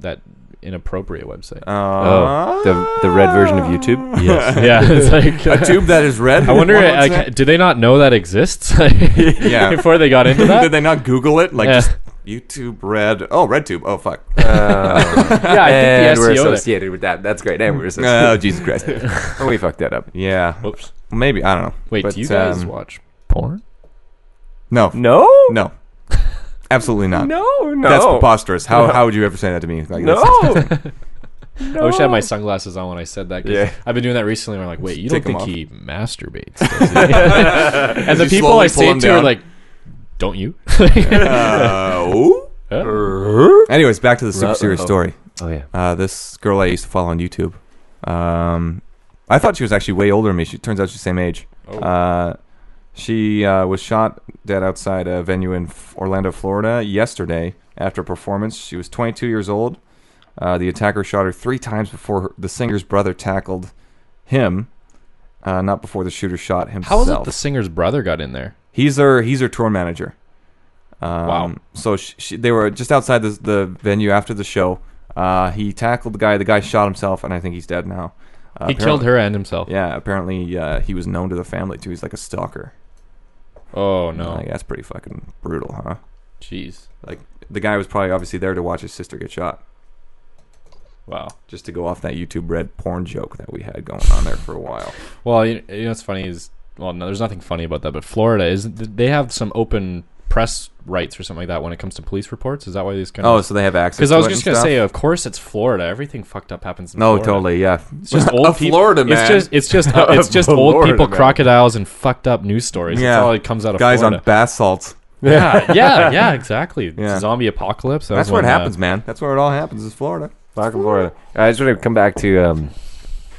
C: that inappropriate website.
A: Uh,
B: Oh, the- the red version of YouTube?
A: Yes.
C: yeah, it's like
A: a tube that is red.
C: I wonder,
A: What was
C: like,
A: it?
C: do they not know that exists?
A: Yeah.
C: Before they got into
A: Did
C: that.
A: they not Google it? Like
C: Yeah.
A: just YouTube Red. Oh, RedTube. Oh, fuck.
B: Uh,
C: yeah, I think
B: and
C: the
B: we're
C: SEO. there-
B: associated with that. That's great. And we're
A: oh,
B: associated.
A: Jesus Christ.
B: and we fucked that up.
A: Yeah.
C: Whoops.
A: Maybe I don't know.
C: Wait,
A: But,
C: do you guys
A: um,
C: watch porn?
A: No.
B: No,
A: No. Absolutely not.
B: no, no.
A: That's preposterous. How how would you ever say that to me? Like,
B: No.
A: that's-
B: no.
C: I wish I had my sunglasses on when I said that. 'cause
B: Yeah.
C: I've been doing that recently. Where I'm like, wait, you
A: Take
C: don't
A: 'em
C: think he masturbates? Does he? and the
A: You
C: people
A: slowly pull
C: I say
A: him
C: to are
A: down.
C: like, don't you?
A: Uh, ooh. Anyways, back to the super serious
B: Uh-oh.
A: story.
B: Oh yeah.
A: Uh, this girl I used to follow on YouTube. Um, I thought she was actually way older than me. She turns out she's the same age.
C: Oh.
A: Uh, she uh, was shot dead outside a venue in F- Orlando, Florida, yesterday after a performance. She was 22 years old. Uh, the attacker shot her three times before her, the singer's brother tackled him, uh, not before the shooter shot himself.
C: How is it the singer's brother got in there?
A: He's her he's her tour manager. Um,
C: Wow.
A: So she, she, they were just outside the, the venue after the show. Uh, he tackled the guy. The guy shot himself, and I think he's dead now. Uh,
C: he killed her and himself.
A: Yeah, apparently uh, he was known to the family too. He's like a stalker.
C: Oh no!
A: Like, that's pretty fucking brutal, huh?
C: Jeez!
A: Like the guy was probably obviously there to watch his sister get shot,
C: Wow.
A: just to go off that YouTube red porn joke that we had going on there for a while.
C: Well, you, you know what's funny is well, no, there's nothing funny about that. But Florida is they have some open press rights or something like that when it comes to police reports. Is that why these kind
A: Oh,
C: of?
A: so they have access.
C: Because
A: to
C: I was
A: it
C: just
A: and
C: gonna
A: stuff?
C: say, of course it's Florida. Everything fucked up happens. in
A: No,
C: Florida.
A: totally, yeah.
C: It's just old
A: A
C: people.
A: Florida man.
C: It's just it's just it's just old
B: Florida
C: people,
B: man.
C: crocodiles, and fucked up news stories.
A: Yeah.
C: That's all that comes out of
A: guys on
C: Florida.
A: bath salts.
C: yeah, yeah, yeah, exactly. It's
A: Yeah.
C: Zombie apocalypse. That
A: That's
C: was
A: where it
C: when, uh,
A: happens, man. That's where it all happens. Is Florida.
B: Back in Florida. I just want to come back to um,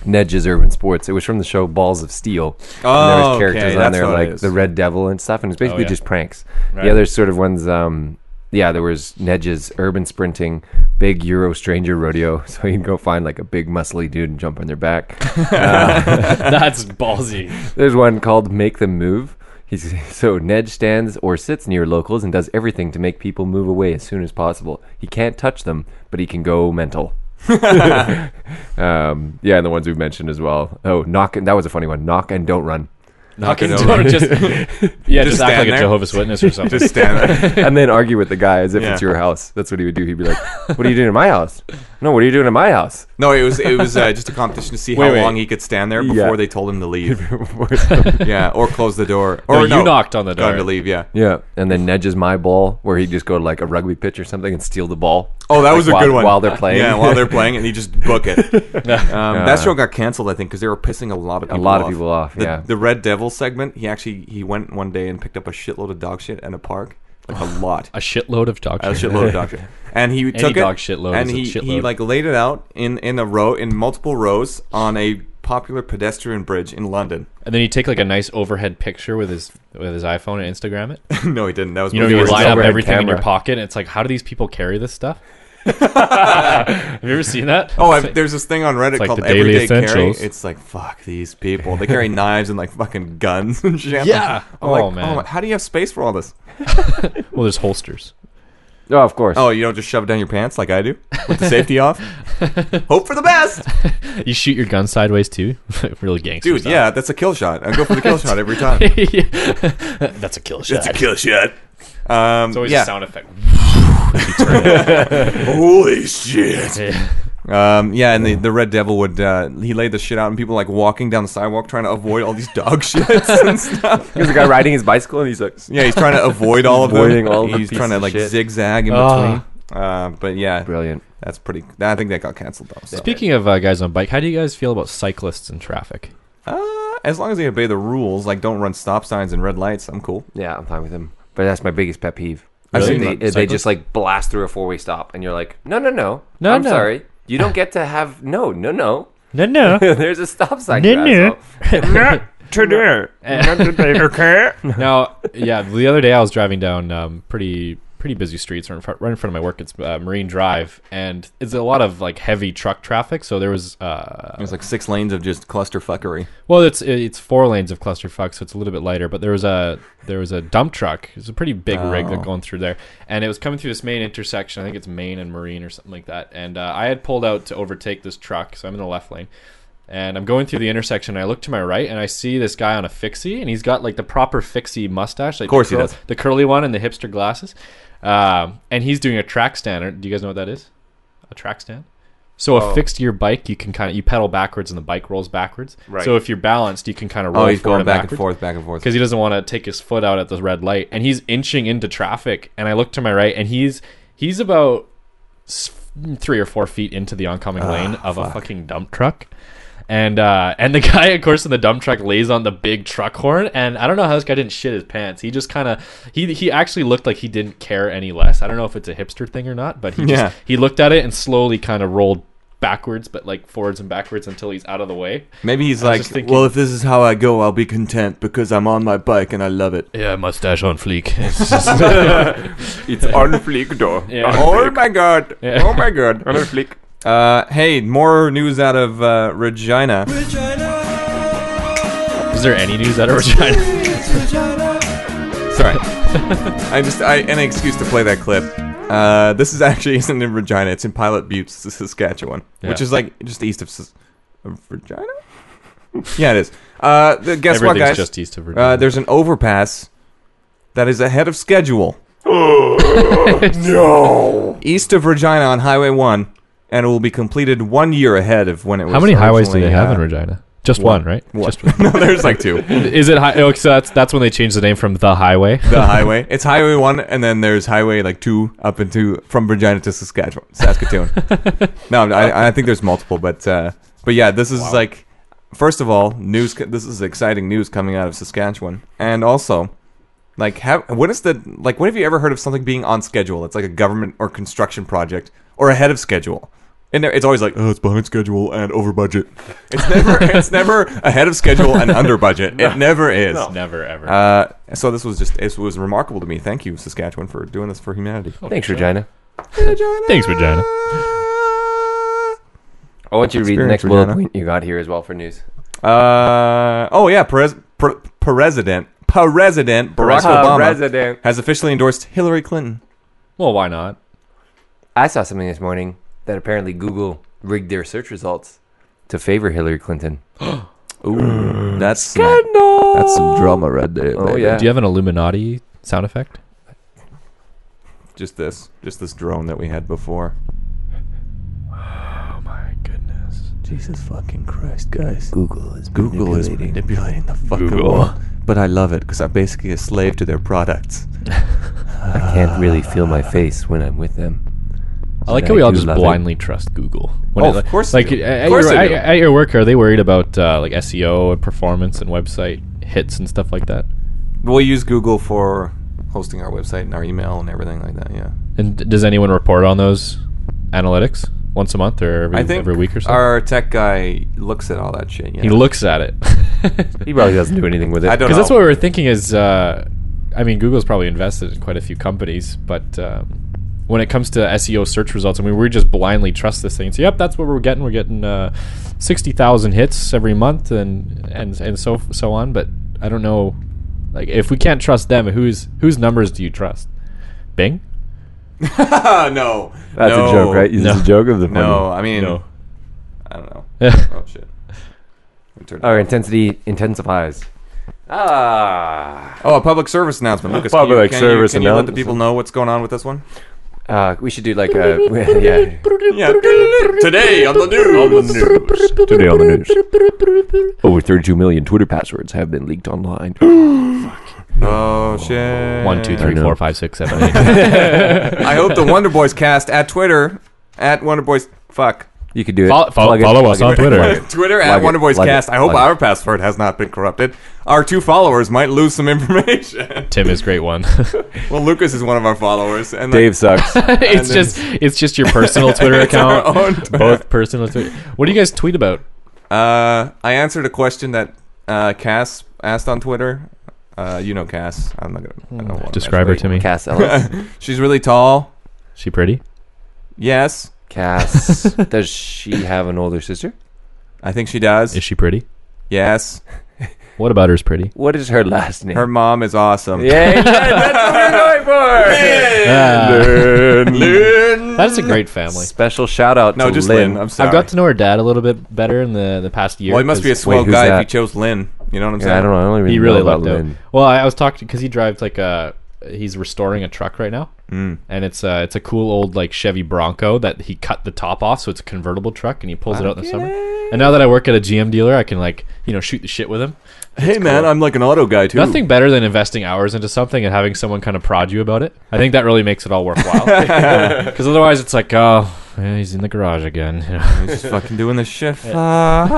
B: Nedge's Urban Sports. It was from the show Balls of Steel. and there
C: Oh,
B: was characters on there like the Red Devil and stuff, and it's basically
C: yeah.
B: just pranks.
C: Right.
B: The other sort of ones, um, yeah, there was Nedge's urban sprinting, big Euro stranger rodeo. So he'd go find like a big muscly dude and jump on their back.
C: That's ballsy.
B: There's one called Make Them Move. He's, so Ned stands or sits near locals and does everything to make people move away as soon as possible. He can't touch them, but he can go mental. um, yeah, and the ones we've mentioned as well. Oh, knock! and That was a funny one. Knock and don't run.
C: Knocking
A: it over.
C: door, just yeah, just, act
A: stand
C: like a
A: there.
C: Jehovah's Witness or something.
A: Just stand there.
B: and then argue with the guy as if
A: Yeah.
B: it's your house. That's what he would do. He'd be like, "What are you doing in my house? No, what are you doing in my house?"
A: No, it was it was uh, just a competition to see
C: Wait,
A: how
C: wait.
A: long he could stand there
B: Yeah.
A: before they told him to leave. yeah, or close the door.
C: No,
A: Or
C: you knocked on the
A: Got him to
C: door.
A: leave. Yeah.
B: yeah, and then Nedge's my ball, where he'd just go to like a rugby pitch or something and steal the ball.
A: Oh, that
B: Like,
A: was a
B: while-
A: good one.
B: while they're playing.
A: yeah, while they're playing, and you just book it. Um,
B: Yeah.
A: that show got canceled, I think, because they were pissing a lot of
B: A
A: people
B: lot
A: off.
B: of people off,
A: The,
B: yeah.
A: the Red Devil segment. He actually he went one day and picked up a shitload of dog shit at a park, like a lot,
C: A shitload of dog
A: a
C: shit.
A: shitload of dog shit. And he took it
C: dog shitload
A: and
C: is a
A: he he
C: shitload.
A: like laid it out in in a row in multiple rows on a popular pedestrian bridge in London.
C: And then you take like a nice overhead picture with his with his iPhone and Instagram it.
A: no, he didn't. That was
C: You know,
A: when we
C: you
A: were
C: line
A: still-
C: up
B: overhead
C: everything in your
B: camera.
C: pocket, and it's like, how do these people carry this stuff? Have you ever seen that?
A: Oh, I've, there's this thing on Reddit
C: like
A: called
C: the Daily
A: Everyday Carry.
C: Essentials.
A: It's like fuck these people. They carry knives and like fucking guns and shit.
C: Yeah.
A: I'm like,
C: Oh, man.
A: my- how do you have space for all this?
C: well, there's holsters.
B: Oh, of course.
A: Oh, you don't just shove it down your pants like I do with the safety off. Hope for the best,
C: You shoot your gun sideways too. really gangster.
A: dude. Yeah, that's a kill shot. I go for the kill shot every time.
C: yeah. That's a kill shot.
A: That's a kill shot. Um,
C: It's always
A: yeah.
C: a sound effect.
A: Holy shit. Um, yeah, and the, the Red Devil would uh, he laid the shit out, and people like walking down the sidewalk trying to avoid all these dog shits and stuff.
B: There's a guy riding his bicycle and he's like,
A: Yeah, he's trying to avoid all of
B: Avoiding
A: them.
B: all the
A: he's trying
B: pieces
A: to
B: of
A: like
B: shit.
A: zigzag in
C: Ah.
A: between. Uh, but yeah,
B: brilliant.
A: that's pretty. I think that got canceled though. So.
C: Speaking of uh, guys on bike, how do you guys feel about cyclists and traffic?
A: Uh, as long as they obey the rules, like don't run stop signs and red lights, I'm cool.
B: Yeah, I'm fine with him. But that's my biggest pet peeve.
A: I've
B: When
A: seen
B: they,
A: that.
B: they just like blast through a four way stop, and you're like, no, no, no,
C: No,
B: I'm
C: no.
B: sorry, you don't get to have no, no, no.
D: No, no.
B: There's a stop sign.
D: No,
B: you
D: no.
B: asshole.
D: Not today. Not today, okay?
C: now, yeah, the other day I was driving down um, pretty pretty busy streets right in front, right in front of my work. It's uh, Marine Drive, and it's a lot of like heavy truck traffic. So there was, uh,
A: There's like six lanes of just cluster fuckery.
C: well, it's it's four lanes of clusterfuck, so it's a little bit lighter. But there was a there was a dump truck. It's a pretty big rig
A: Oh.
C: that going through there, and it was coming through this main intersection. I think it's Main and Marine or something like that. And uh, I had pulled out to overtake this truck, so I'm in the left lane. and I'm going through the intersection. And I look to my right, and I see this guy on a fixie, and he's got like the proper fixie mustache, like of
A: course
C: the,
A: he does.
C: the curly one and the hipster glasses. Um, and he's doing a track stand. Do you guys know what that is? A track stand. So
A: Oh.
C: a fixed gear bike, you can kind of you pedal backwards, and the bike rolls backwards. Right. So if you're balanced, you can kind of roll.
A: Oh, he's
C: forward
A: going back and
C: backwards
A: forth, back and forth.
C: because he doesn't want to take his foot out at the red light and he's inching into traffic and i look to my right and he's he's about s- three or four feet into the oncoming
A: Ah,
C: lane of a fucking dump truck and uh and the guy of course in the dump truck lays on the big truck horn and i don't know how this guy didn't shit his pants he just kind of he he actually looked like he didn't care any less i don't know if it's a hipster thing or not but he just
A: Yeah.
C: he looked at it and slowly kind of rolled backwards but like forwards and backwards until he's out of the way
A: Maybe he's
C: was
A: like,
C: just thinking-
A: well, if this is how I go, I'll be content because I'm on my bike and I love it.
C: yeah mustache on fleek
B: It's on fleek though.
C: Yeah.
A: Oh my god!
C: Yeah.
A: Oh my god!
B: On fleek.
A: Uh, hey, more news out of uh, Regina.
C: is there any news out of regina
A: Sorry, I just I any excuse to play that clip. Uh, this is actually isn't in Regina. It's in Pilot Buttes, Saskatchewan, which
C: Yeah.
A: is like just east of, Sas- of Regina. yeah, it is. Uh, the, guess what,
C: Everything's
A: guys?
C: just east of Virginia.
A: uh, there's an overpass that is ahead of schedule. no. East of Regina on Highway One, and it will be completed one year ahead of when it was.
C: How many highways do they
A: originally,
C: have in
A: uh,
C: Regina? Just
A: one.
C: one, right?
A: What?
C: Just one.
A: no, there's like two.
C: Is it high? Oh, so that's that's when they changed the name from the highway.
A: The highway. It's highway one, and then there's highway like two up into from Virginia to Saskatchewan. Saskatoon. no, I, I think there's multiple, but uh, but yeah, this is like first of all news. co- This is exciting news coming out of Saskatchewan, and also like have what is the like when have you ever heard of something being on schedule? It's like a government or construction project or ahead of schedule. And there- it's always like oh, it's behind schedule and over budget. It's never it's never ahead of schedule and under budget. It never is.
C: Never ever.
A: Uh, so this was just it was remarkable to me. Thank you, Saskatchewan, for doing this for humanity.
B: Thanks, Regina.
C: Thanks, Regina.
B: I want you to read the
A: Experience,
B: next bullet
A: Regina.
B: point you got here as well for news.
A: Uh, oh yeah, Perez, per, President, President Barack Obama
B: President.
A: has officially endorsed Hillary Clinton.
C: well, why not?
B: I saw something this morning that apparently Google rigged their search results to favor Hillary Clinton.
A: Ooh, that's Mm. that's some drama right there.
B: Oh, baby. yeah.
C: Do you have an Illuminati sound effect?
A: Just this, just this drone that we had before.
C: Oh my goodness!
A: Jesus fucking Christ, guys! Google is Google is manipulating the fucking world, but I love it because I'm basically a slave to their products.
B: I can't really feel my face when I'm with them.
C: I like
B: Did
C: how we
B: I
C: all
B: do
C: just
B: love it?
C: blindly trust Google.
A: Oh,
C: it,
A: of
C: like-
A: course they
C: Like
A: do.
C: at- at
A: Of course
C: your-
A: they
C: at,
A: do.
C: at your work, are they worried about uh, like SEO and performance and website hits and stuff like that?
A: We'll use Google for hosting our website and our email and everything like that. Yeah.
C: And d- does anyone report on those analytics once a month or every,
A: I think
C: every week or so?
A: Our tech guy looks at all that shit. Yeah.
C: he looks at it.
B: He probably doesn't do anything with it.
A: I don't
C: Because
A: know.
C: that's what we were thinking is, uh, I mean, Google's probably invested in quite a few companies, but um, when it comes to SEO search results, I mean, we just blindly trust this thing and say, yep, that's what we're getting. We're getting uh, 60,000 hits every month and, and, and so, so on. But I don't know, like, if we can't trust them, whose, whose numbers do you trust? Bing?
A: no.
B: That's
A: no.
B: a joke, right? It's
C: No.
B: a joke of the funny.
A: No, I mean,
C: No.
A: I don't know.
C: Yeah.
A: oh shit. We turned it
B: Our
A: off.
B: intensity intensifies. Ah.
A: Oh, a public service announcement, Lucas. can you-
B: Public
A: can
B: service
A: you, can you let the
B: announcement.
A: people know what's going on with this one?
B: Uh, we should do like a yeah.
A: Yeah. Today on the news.
B: Today on the news, over 32 million Twitter passwords have been leaked online.
A: Oh shit.
C: One, two,
B: I
C: three,
B: know.
C: four, five, six, seven, eight.
A: I hope the Wonder Boys cast at Twitter at Wonder Boys. Fuck.
B: You could do it.
C: Follow- follow-
B: Plug it,
C: follow us
B: plug it,
C: on Twitter.
B: plug it.
A: Twitter
B: Plug
A: at
B: it,
A: Wonder Boys
B: plug it,
A: Cast. I hope
B: plug it.
A: our password has not been corrupted. Our two followers might lose some information.
C: Tim is great one.
A: well, Lucas is one of our followers, and like,
B: Dave sucks.
C: it's
A: then-
C: just it's just your personal Twitter
A: It's our
C: account.
A: own Twitter.
C: Both personal Twitter. What do you guys tweet about?
A: Uh, I answered a question that uh, Cass asked on Twitter. Uh, you know Cass. I'm not gonna. I don't want
C: Hmm. Describe her to me.
B: Cass Ellis.
A: She's really tall.
C: She pretty?
A: Yes,
B: Cass. Does she have an older sister?
A: I think she does.
C: Is she pretty?
A: Yes,
C: What about her's pretty?
B: What is her last name?
A: her mom is awesome.
B: yeah, yeah, that's what we're going for.
A: Lynn.
C: that's a great family.
B: Special shout out
A: No,
B: to
A: just
B: Lynn.
A: Lynn. I'm sorry.
C: I've got to know her dad a little bit better in the, the past year.
A: well, he must be a
C: 'cause
A: swell
B: who's
A: guy
B: that?
A: if he chose Lynn. You know what I'm saying?
B: Yeah, I don't know. I don't even
C: he really
B: know about
C: loved out.
B: Lynn.
C: Well, I, I was talking because he drives like a he's restoring a truck right now,
A: Hmm.
C: mm. and it's a it's a cool old like Chevy Bronco that he cut the top off, so it's a convertible truck, and he pulls it out in the summer. And now that I work at a GM dealer, I can like you know shoot the shit with him.
A: Hey man, I'm like an auto guy too.
C: Nothing better than investing hours into something and having someone kind of prod you about it. I think that really makes it all worthwhile. Because otherwise, it's like, oh, yeah, he's in the garage again. you know.
A: He's just fucking doing this shit. Fuck. uh,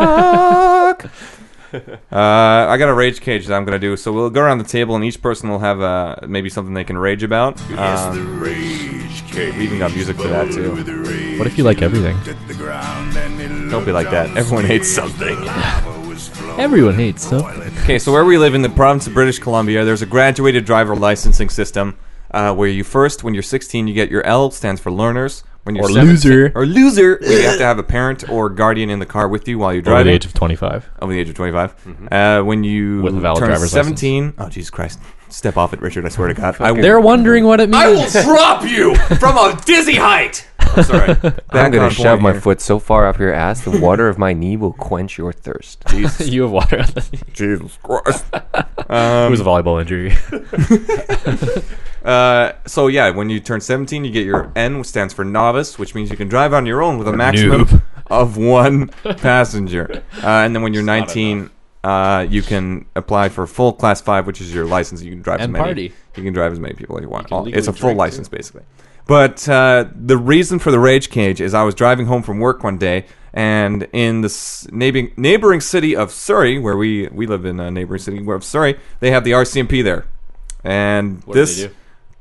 A: I got a rage cage that I'm gonna do. So we'll go around the table, and each person will have uh, maybe something they can rage about. Um, We even got music for that too.
C: what if you like everything?
A: Don't be like that. Everyone hates something.
C: Everyone hates something.
A: Okay, so where we live in the province of British Columbia, there's a graduated driver licensing system uh, where you first, when you're 16, you get your L stands for learners. When you're
C: Or
A: 17
C: loser.
A: or loser, where you have to have a parent or guardian in the car with you while you're
C: Over
A: driving
C: the age of 25.
A: over the age of 25. Uh, when you
C: With a valid
A: turn
C: driver's
A: 17, oh Jesus Christ, step off it, Richard. I swear to God, I will.
C: They're wondering what it
A: I will
C: means.
A: drop you from a dizzy height. I'm sorry.
B: I'm
A: Back
B: going
A: on
B: to shove
A: point
B: my
A: here.
B: foot so far up your ass, the water of my knee will quench your thirst.
C: you have water on the
A: Jesus Christ. Um,
C: It was a volleyball injury.
A: Uh, so yeah, when you turn 17, you get your N, which stands for novice, which means you can drive on your own with a maximum
C: Noob.
A: of one passenger. Uh, and then when you're 19, uh, you can apply for full class five, which is your license. You can drive as
C: And
A: many.
C: party.
A: You can drive as many people as you want.
C: can
A: All-
C: legally
A: it's a full
C: drink,
A: license, basically. But uh, the reason for the rage cage is I was driving home from work one day, and in the s- neighboring, neighboring city of Surrey, where we, we live in a neighboring city of Surrey, they have the RCMP there. And
C: do they
A: this
C: do?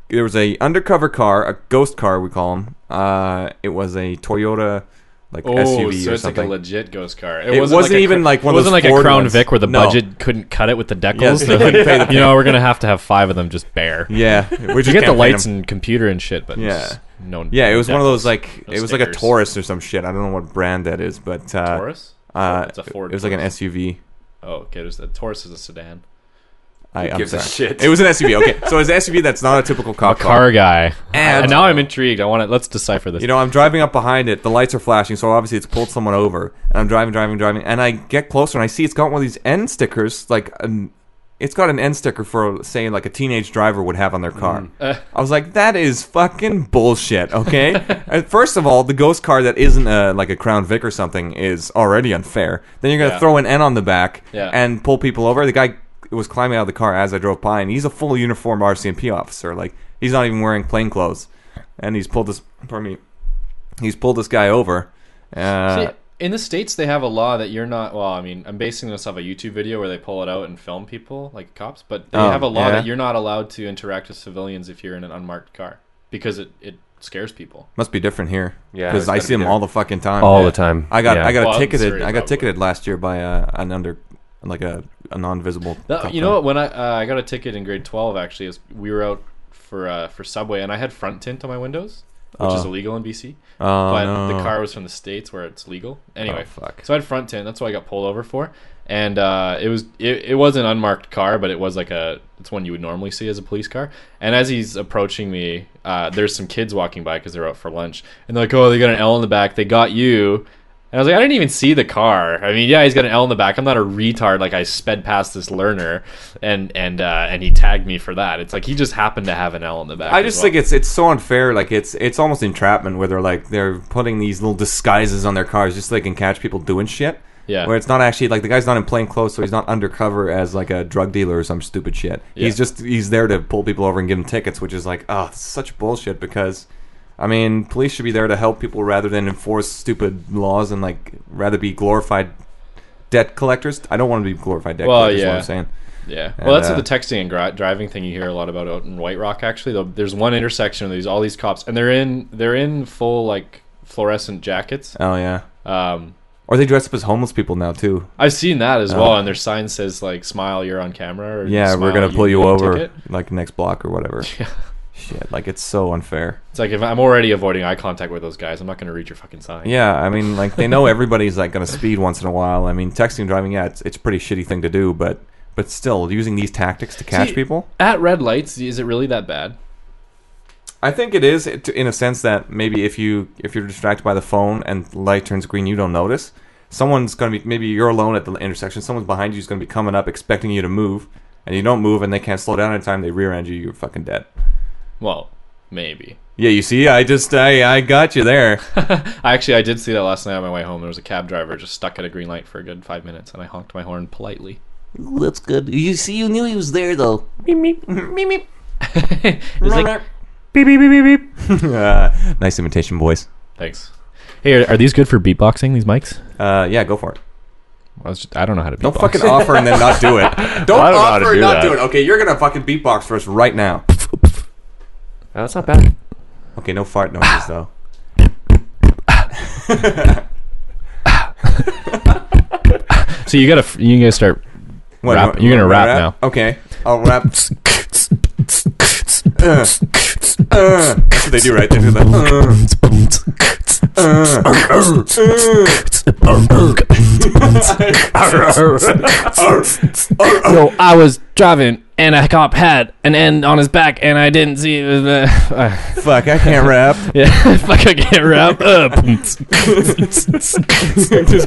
A: there was a undercover car, a ghost car we call them. Uh, it was a Toyota like
C: Oh,
A: SUV or something.
C: legit ghost car.
A: It wasn't
C: a
A: even
C: cr-
A: like one
C: It
A: of those
C: wasn't like a
A: Ford
C: Crown
A: ones.
C: Vic where the
A: No.
C: budget couldn't cut it with the decals.
A: Yes, they
C: They're like,
A: couldn't pay the
C: you know, we're gonna have to have five of them just bare.
A: yeah, we just
C: You get the
A: can't blame
C: lights
A: them.
C: and computer and shit, but
A: Yeah.
C: just no.
A: yeah, it was one of
C: decals.
A: those like
C: No
A: it was like a
C: stickers.
A: Taurus or some shit. I don't know what brand that is, but uh,
C: Taurus? Oh,
A: Uh,
C: It's a Ford
A: It was like an
C: Taurus.
A: SUV.
C: Oh, okay. There's a Taurus is a sedan.
A: I, I'm
B: gives a
A: sorry.
B: shit?
A: It was an SUV. Okay, so it's an SUV that's not a typical cop
C: Car guy.
A: And-
C: And, now I'm intrigued. I want to let's decipher this.
A: You know, I'm driving up behind it. The lights are flashing, so obviously it's pulled someone over. And I'm driving, driving, driving, and I get closer and I see it's got one of these N stickers, like an, it's got an N sticker for say like a teenage driver would have on their car.
C: Uh.
A: I was like, that is fucking bullshit. Okay, And first of all, the ghost car that isn't a, like a Crown Vic or something is already unfair. Then you're gonna
C: Yeah.
A: throw an N on the back
C: Yeah.
A: and pull people over. The guy was climbing out of the car as I drove by, and he's a full uniform RCMP officer. Like he's not even wearing plain clothes, and he's pulled this. Pardon me He's pulled this guy over. Uh,
C: See, in the states, they have a law that you're not. Well, I mean, I'm basing this off a YouTube video where they pull it out and film people like cops, but they
A: Oh,
C: have a law
A: yeah?
C: that you're not allowed to interact with civilians if you're in an unmarked car because it, it scares people.
A: must be different here.
B: Yeah,
A: because
B: it's
A: I
B: gotta
A: see
B: be
A: him
B: different.
A: all the fucking time.
B: all
A: Yeah.
B: the time.
A: I got
B: Yeah.
A: I got
C: Well, in
A: ticketed.
C: Surrey,
A: I got
C: probably.
A: ticketed last year by uh, an under like a, a non visible.
C: That- you know what? When I uh, I got a ticket in grade twelve, actually, is we were out for uh, for Subway, and I had front tint on my windows, which is
A: Oh.
C: illegal in BC.
A: Oh,
C: but
A: no. Oh,
C: the car was from the states where it's legal. Anyway,
A: fuck.
C: So I had front tint. That's what I got pulled over for, and uh, it was it, it was an unmarked car, but it was like a it's one you would normally see as a police car. And as he's approaching me, uh, there's some kids walking by because they're out for lunch, and they're like, "Oh, they got an L in the back. They got you." And I was like, I didn't even see the car. I mean, yeah, he's got an L in the back. I'm not a retard. Like I sped past this learner, and and uh, and he tagged me for that. It's like he just happened to have an L in the back.
A: I
C: as
A: just
C: well.
A: think it's it's so unfair. Like it's it's almost entrapment where they're like they're putting these little disguises on their cars just so they can catch people doing shit.
C: Yeah.
A: Where it's not actually like the guy's not in plain clothes, so he's not undercover as like a drug dealer or some stupid shit.
C: Yeah.
A: He's just he's there to pull people over and give them tickets, which is like oh such bullshit because. I mean, police should be there to help people rather than enforce stupid laws and like rather be glorified debt collectors. I don't want to be glorified debt
C: Well,
A: collectors. Is what
C: yeah.
A: I'm saying.
C: Yeah. Well, that's
A: uh,
C: the texting and gri- driving thing you hear a lot about out in White Rock. Actually, Though there's one intersection. There's all these cops, and they're in they're in full like fluorescent jackets.
A: Oh yeah.
C: Um,
A: Or they dress up as homeless people now too.
C: I've seen that as well, and their sign says like "Smile, you're on camera." Or
A: Uh-huh. Yeah, we're
C: "Smile,
A: gonna pull you
C: got a
A: over
C: ticket."
A: like next block or whatever.
C: Yeah.
A: Shit, like it's so unfair.
C: It's like if I'm already avoiding eye contact with those guys, I'm not gonna read your fucking sign.
A: Yeah, I mean, like they know everybody's like gonna speed once in a while. I mean, texting and driving, yeah, it's it's a pretty shitty thing to do, but but still using these tactics to catch
C: See-
A: people.
C: At red lights, is it really that bad?
A: I think it is it- in a sense that maybe if you if you're distracted by the phone and the light turns green, you don't notice. Someone's gonna be maybe you're alone at the intersection. Someone's behind you is gonna be coming up, expecting you to move, and you don't move, and they can't slow down in time. They rear end you. You're fucking dead.
C: Well, maybe.
A: Yeah, you see, I just I I got you there.
C: I actually I did see that last night on my way home. There was a cab driver just stuck at a green light for a good five minutes, and I honked my horn politely.
E: Ooh, that's good. You see, you knew he was there, though. Meep, meep, meep, meep.
C: It was like-
E: Beep, beep, beep, beep, beep.
A: Uh, nice imitation, boys.
C: Thanks. Hey, are, are these good for beatboxing? These mics?
A: Uh, yeah, go for it.
C: I, was just, I don't know how to beatbox.
A: Don't fucking offer and then not do it. Don't
B: I don't know how to
A: offer and
B: do
A: not
B: that.
A: do it. Okay, you're gonna fucking beatbox for us right now.
B: No, that's not bad.
A: Okay, no fart noises though.
C: So you gotta f- you gotta start.
A: What,
C: Rap.
A: what,
C: You're gonna
A: what,
C: rap now.
A: Okay, I'll rap. Uh, uh, that's what they do, right? They do that. Uh,
C: Yo, I was driving and a cop had an end on his back and I didn't see. It uh,
A: uh, fuck, I can't rap.
C: yeah, fuck, I can't wrap up.
A: Just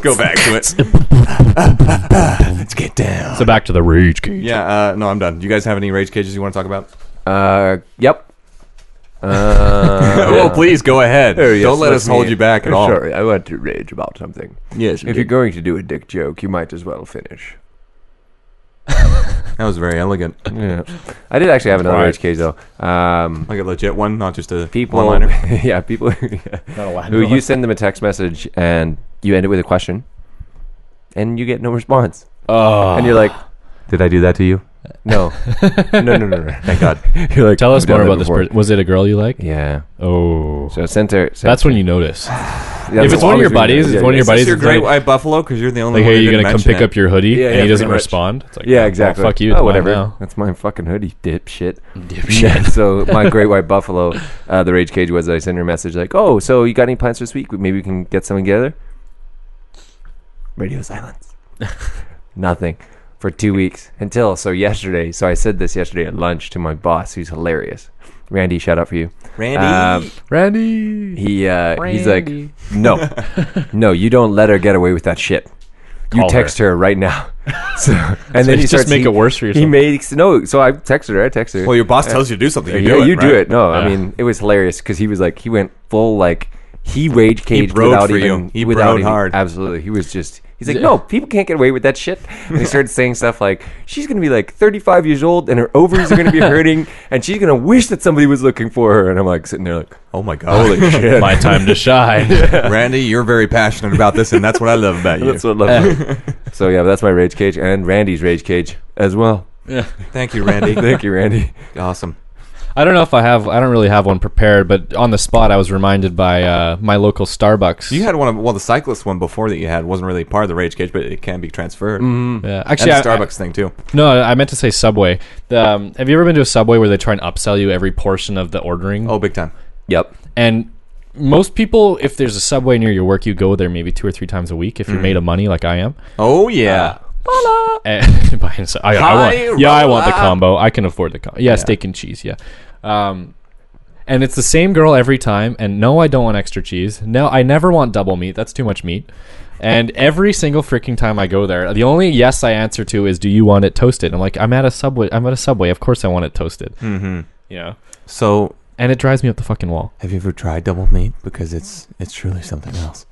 A: go back to it. Let's get down.
C: so back to the rage cage.
A: Yeah, uh, no, I'm done. You guys have any rage cages you want to talk about?
B: Uh, yep. Uh,
A: well, Oh, please go ahead.
B: Oh, yes,
A: Don't let us hold
B: me-
A: you back at all.
B: Sorry, I want to rage about something.
A: Yes,
B: If you're going to do a dick joke, you might as well finish.
A: that was very elegant.
B: Yeah. I did actually have another
C: Right.
B: rage cage though. Um,
A: Like a legit one, not just a
B: people,
A: one-liner.
B: yeah, people who you send them a text message and you end it with a question, and you get no response,
C: Oh.
B: and you're like, "Did I do that to you?" No, no, no, no, no. Thank God. You're like,
C: Tell us
B: "I've done
C: more
B: that
C: about this
B: before."
C: person. Was it a girl you like?
B: Yeah.
C: Oh.
B: So center.
C: That's when you notice.
B: Yeah,
C: if
B: that's
C: it's one of your
B: always when you know.
C: buddies, it's one of your buddies.
A: Is your
C: it's
A: great
C: like-
A: white buffalo? Because you're the only
C: Like,
A: one.
C: hey,
A: who
C: you
A: didn't
C: gonna come
A: mention
C: pick
A: it.
C: up your hoodie?
B: Yeah,
C: and
B: yeah,
C: he doesn't
B: pretty much.
C: respond. It's like,
B: Yeah,
C: well,
B: exactly.
C: fuck you.
B: Oh,
C: it's mine
B: whatever.
C: now.
B: That's my fucking hoodie, dipshit. Yeah, so my great white buffalo, uh, the rage cage was. I sent her a message like, "Oh, so you got any plans for this week? Maybe we can get something together." Radio silence. Nothing for two weeks until so yesterday. So I said this yesterday at lunch to my boss, who's hilarious. Randy, shout out for you.
A: Randy.
B: Um,
C: Randy.
B: He uh, he's like, no, no, you don't let her get away with that shit. You
C: Call her.
B: text her. right now. So and
C: So
B: then
C: you
B: he
C: just
B: starts,
C: make
B: he,
C: it worse for yourself.
B: He makes no. So I texted her. I texted her.
A: well, your boss tells you to do something. You
B: Yeah,
A: do it.
B: you
A: right?
B: do it. No, I
C: Yeah.
B: mean it was hilarious because he was like he went full like he rage caged
A: brode
B: without
A: for
B: even
A: you. He
B: without
A: brode
B: even,
A: hard.
B: Absolutely, he was just He's like, no, people can't get away with that shit. And he started saying stuff like, she's going to be like 35 years old and her ovaries are going to be hurting and she's going to wish that somebody was looking for her. And I'm like sitting there like,
A: Oh my god. Holy shit.
C: My time to shine.
A: Randy, you're very passionate about this, and that's what I love about you.
B: that's what love is. So yeah, that's my rage cage and Randy's rage cage as well.
C: Yeah.
A: Thank you, Randy.
B: Thank you, Randy.
A: Awesome.
C: I don't know if I have. I don't really have one prepared, but on the spot, I was reminded by uh, my local Starbucks.
A: You had one of well, the cyclist one before that you had wasn't really part of the rage cage, but it can be transferred.
C: Yeah.
A: And
C: actually,
A: the
C: Mm-hmm. I-
A: Starbucks thing too.
C: I- no, I meant to say Subway. The, um, have you ever been to a Subway where they try and upsell you every portion of the ordering?
A: Oh, big time.
B: Yep.
C: And most people, if there's a Subway near your work, you go there maybe two or three times a week if you're made of money, like I am.
A: Oh yeah.
C: And- buy and sell. I, I
A: High
C: want, yeah, I want the
A: roller.
C: combo. I can afford the combo. Yeah, steak and cheese. Yeah. Um, and it's the same girl every time. And no, I don't want extra cheese. No, I never want double meat. That's too much meat. And every single freaking time I go there, the only yes I answer to is, "Do you want it toasted?" I'm like, "I'm at a subway. I'm at a subway. Of course I want it toasted." Mm-hmm. You know,
A: so
C: and it drives me up the fucking wall.
A: have you ever tried double meat? Because it's it's truly something else.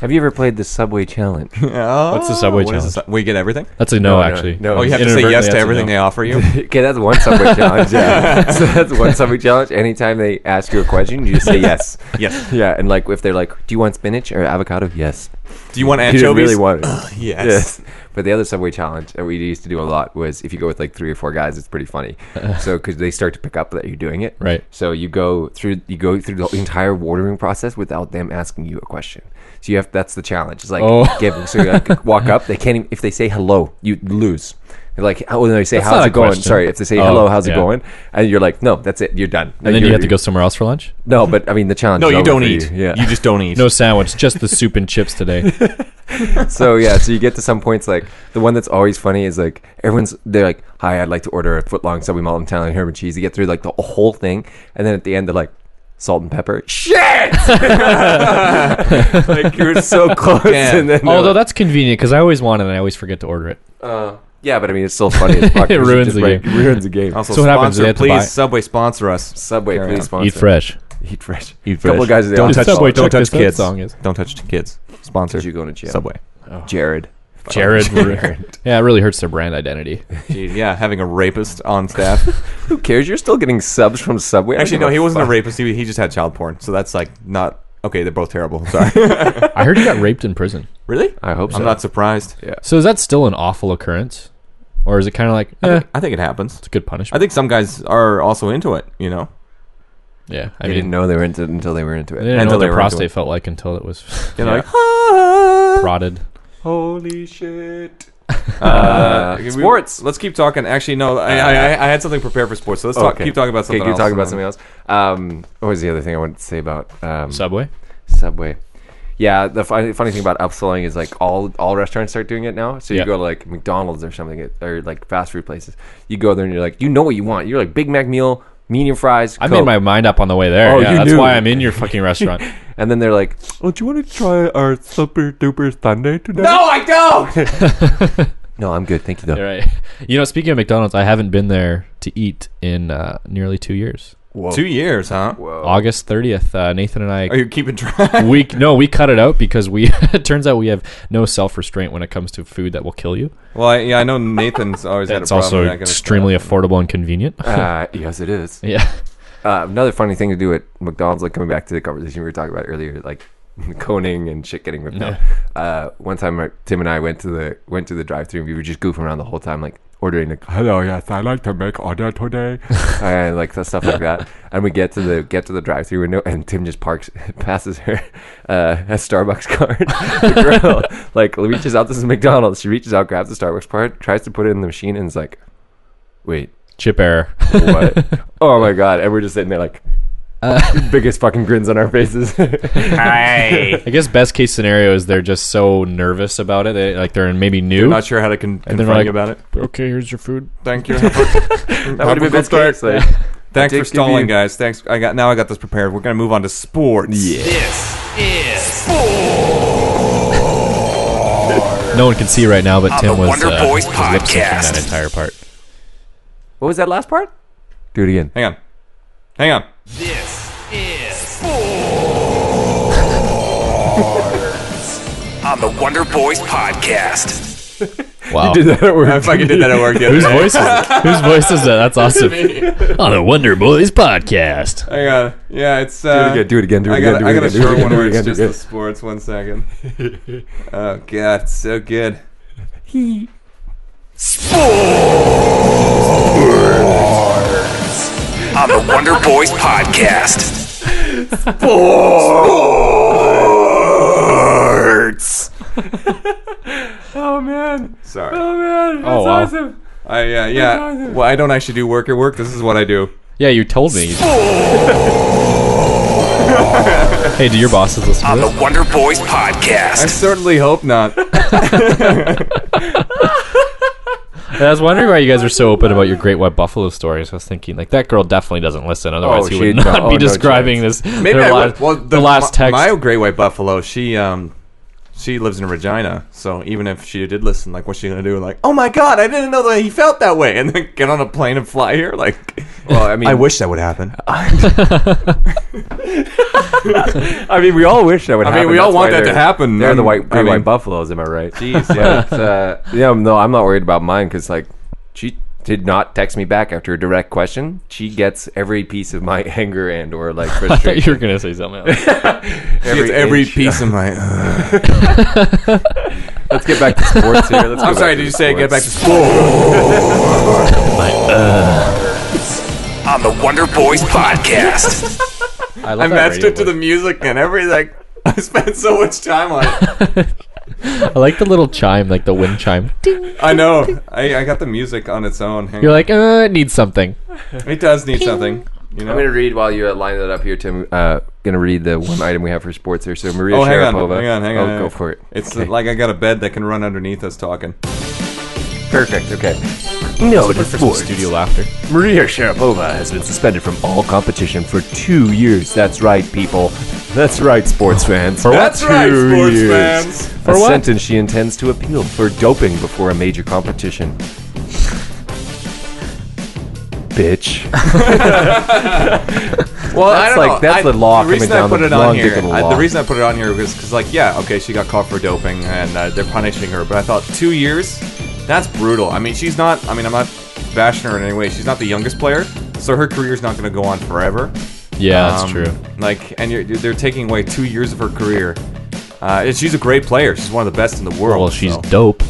B: Have you ever played the Subway Challenge?
A: What's
C: the Subway challenge?
A: we get everything.
C: That's a
B: No,
C: no,
B: no,
C: actually.
B: no.
A: Oh, you have to say
C: Inadvertently,
A: yes
C: that's
A: to
C: a
A: everything
C: no.
A: they offer you.
B: okay, that's one Subway Challenge. Yeah. so that's one Subway Challenge. Anytime they ask you a question, you just say yes.
A: yes.
B: Yeah, and like if they're like, "Do you want spinach or avocado?" Yes.
A: Do you want
B: You didn't
A: anchovies?
B: really want it.
A: yes.
B: Yes. But the other Subway challenge that we used to do a lot was if you go with like three or four guys, it's pretty funny. so because they start to pick up that you're doing it,
C: Right.
B: So you go through you go through the entire ordering process without them asking you a question. So you have that's the challenge. It's like
C: Oh.
B: give, so you like, walk up. They can't even, if they say hello, you lose. They're like oh, no, they say
C: That's
B: how's
C: not
B: it
C: a
B: going?
C: question.
B: Sorry, if they say
C: Oh,
B: hello, how's
C: yeah.
B: it going? And you're like no, that's it, you're done.
C: And then you have to go somewhere else for lunch.
B: No, but I mean the challenge.
A: No,
B: is
A: you
B: over
A: don't
B: for
A: eat.
B: Yeah,
A: You just don't eat.
C: No sandwich, just the soup and chips today.
B: So yeah, so you get to some points like the one that's always funny is like everyone's they're like, "Hi, I'd like to order a foot long subway malt and Italian herb and cheese." You get through like the whole thing, and then at the end they're like, "Salt and pepper." Shit! like you were so close,
A: Damn.
B: and then
C: Although that's convenient because I always want it and I always forget to order it.
B: uh, yeah, but I mean it's still funny. As fuck
C: It
B: 'cause
C: ruins
B: just,
C: the
B: like,
C: game.
B: Ruins the game.
A: Also,
C: So what happens?
A: sponsor,
C: They have to
A: please.
C: buy-
A: Subway sponsor us.
B: Subway,
A: Carry
B: please
A: on.
B: sponsor.
C: Eat fresh.
B: Eat fresh.
A: Eat
B: Couple
A: fresh.
B: guys.
A: Don't
C: Dude,
A: touch.
C: Subway,
A: don't
C: check
A: touch
C: this out
A: kids.
C: song is-
A: Don't touch kids. Sponsor.
B: Did you go to jail?
A: Subway.
B: Jared.
C: Jared. yeah, it really hurts their brand identity.
A: Gee, yeah, having a rapist on staff.
B: Who cares? You're still getting subs from Subway. I don't
A: Actually,
B: give
A: no,
B: a
A: he wasn't
B: fuck.
A: a rapist. He, he just had child porn. So that's like not okay. They're both terrible. Sorry.
C: I heard he got raped in prison.
A: really?
B: I hope so.
A: I'm not surprised.
C: So is that still an awful occurrence, or is it kind of like eh,
A: I think it happens.
C: it's a good
A: I
C: punishment?
A: think some guys are also into it. You know,
C: yeah, I
B: I
C: mean,
B: didn't know they were into it until they were into it.
C: they didn't know
A: until
C: what
A: they
C: their
A: were into it.
C: prostate felt like until it was
A: you know,
B: Yeah.
A: like,
C: prodded.
B: Holy shit.
A: Uh, we-
B: sports.
A: let's keep talking. Actually, no, I, I, I- I had something prepared for sports, so let's talk, keep talking about something
B: okay, keep
A: else.
B: talking about something else. Um, what was the other thing I wanted to say about um,
C: Subway.
B: Subway? Yeah, the funny, funny thing about upselling is like all all restaurants start doing it now. So you
C: Yeah.
B: go to like McDonald's or something, or like fast food places. You go there and you're like, you know what you want. You're like Big Mac meal, medium fries.
C: I
B: Coke.
C: made my mind up on the way there.
B: Oh,
C: yeah,
B: you
C: that's
B: knew.
C: why I'm in your fucking restaurant.
B: And then they're like,
D: Oh, do you want to try our super duper Sunday today?
B: No, I don't. no, I'm good. Thank you though.
C: You're right. You know, speaking of McDonald's, I haven't been there to eat in uh, nearly two years.
B: Whoa.
A: Two years, huh?
B: Oh.
C: August 30th, uh, Nathan and I
A: Are you keeping track?
C: we no, we cut it out because we. it turns out we have no self restraint when it comes to food that will kill you.
A: well, I, yeah, I know Nathan's always had a
C: That's
A: problem.
C: also
A: with that Ah. kind of
C: extremely affordable and convenient.
B: Uh, yes, it is.
C: yeah,
B: Uh, another funny thing to do at McDonald's, like coming back to the conversation we were talking about earlier, like coning and shit getting ripped out. Uh, one time, my, Tim and I went to the went to the drive-through. and We were just goofing around the whole time, like ordering the
D: Hello, yes, I'd like to make order today.
B: and like the stuff like that. And we get to the get to the drive-through window, and Tim just parks, passes her uh, a Starbucks card. the girl like reaches out. This is McDonald's. She reaches out, grabs the Starbucks card, tries to put it in the machine, and is like, "Wait,
C: chip error.
B: what? oh my god!" And we're just sitting there like.
A: Uh,
B: biggest fucking grins on our faces.
D: Hi.
C: I guess best case scenario is they're just so nervous about it, they, like they're maybe new.
A: Thing. Not sure how to con-
C: And
A: confront
C: they're
A: you
C: like-
A: about it.
C: okay, here's your food.
A: Thank you.
B: That would have been best case. Like,
A: Thanks for
B: Addictive
A: stalling,
B: you.
A: guys. Thanks. I got now. I got this prepared. We're gonna move on to sports. Yeah.
C: No one can see right now, but Tim
F: the
C: was,
F: Wonder
C: uh, was
F: Boys
C: lip syncing
F: podcast.
C: that entire part.
B: what was that last part? Do it again.
A: Hang on. Hang on.
F: This is on the Wonder Boys podcast.
G: Wow.
B: that at work.
A: I fucking did that at work the other
G: Whose
A: day.
G: voice is that? Whose voice is that? That's awesome. On a Wonder Boys podcast.
A: I got it. Yeah, it's. Uh,
B: again, do it again, do it
A: I got,
B: again, do
A: I
B: it
A: got a
B: again, do it
A: short
B: again,
A: one
B: do it
A: where it's
B: again, do it
A: just the
B: again.
A: sports. One second. oh god, it's so good.
F: On the Wonder Boys podcast.
B: Oh man!
A: Sorry.
B: man! That's
C: Oh, wow. awesome.
A: I uh, yeah. Well, I don't actually do work at work. This is what I do.
C: Yeah, you told me. hey, do your bosses listen
F: On
C: to
F: the
C: this?
F: Wonder Boys
A: I
F: podcast.
A: certainly hope not.
C: I was wondering why you guys are so open about your Great White Buffalo stories. I was thinking, like, that girl definitely doesn't listen. Otherwise,
B: Oh,
C: you
B: she-
C: would not
B: no,
C: be
B: no
C: describing this.
A: Maybe
C: their
A: I
C: la-
A: would. Well,
C: the, last
A: my-
C: text.
A: My great white buffalo. She um, she lives in Regina, so even if she did listen, like, what's she gonna do? Like, oh my god, I didn't know that he felt that way, and then get on a plane and fly here. Like,
B: Well, I mean,
A: I wish that would happen.
B: I mean, we all wish that would.
A: I mean,
B: happen.
A: we all
B: That's
A: want
B: why
A: that to
B: they're-
A: happen.
B: They're the
A: I'm-
B: white, great
A: I mean-
B: white buffaloes. Am I right?
A: Jeez, yeah.
B: But, uh, yeah, no, I'm not worried about mine because like she did not text me back after a direct question. She gets every piece of my anger and or like
C: I thought you were
B: frustration.
C: going to say something else.
A: She gets every
B: inch.
A: piece of my.
B: Let's get back to sports here. Let's go
A: I'm
B: back
A: sorry.
B: to
A: Did you say get back to
B: sports.
A: school?
B: uh.
F: On the Wonder Boys podcast.
C: I, love
A: I
C: that
A: matched
C: radio
A: it to the
C: voice.
A: music and everything. I spent so much time on it.
C: I like the little chime, like the wind chime.
A: I know. I, I got the music on its own. Hang
C: You're
A: on.
C: like, uh, it needs something.
A: it does need something. You know.
B: I'm gonna read while you uh, line that up here, Tim. Uh, gonna read the one item we have for sports here. So Maria
A: Oh, hang on,
B: Sharapova.
A: hang on, hang
B: Oh,
A: on.
B: go for it.
A: It's like I got a bed that can run underneath us talking.
B: Perfect. Okay.
G: No,
C: Studio laughter.
G: Maria Sharapova.
B: has been suspended from all competition for two years. That's right, people. That's right, sports fans. For
A: That's right, sports fans.
B: a
C: what?
B: sentence she intends to appeal for doping before a major competition. Bitch.
A: Well,
B: That's like- that's the law
A: The reason
B: coming
A: I
B: down
A: put
B: the
A: it on
B: long
A: here,
B: dick of the
A: I-
B: law.
A: the reason I put it on here was because, like, yeah, okay, she got caught for doping and uh, they're punishing her. But I thought two years, that's brutal. I mean, she's not. I mean, I'm not bashing her in any way. She's not the youngest player, so her career's not going to go on forever.
C: Yeah, that's
A: Um,
C: true.
A: Like, and you're, they're taking away two years of her career. Uh, and she's a great player. She's one of the best in the world.
C: Well, she's
A: so.
C: dope.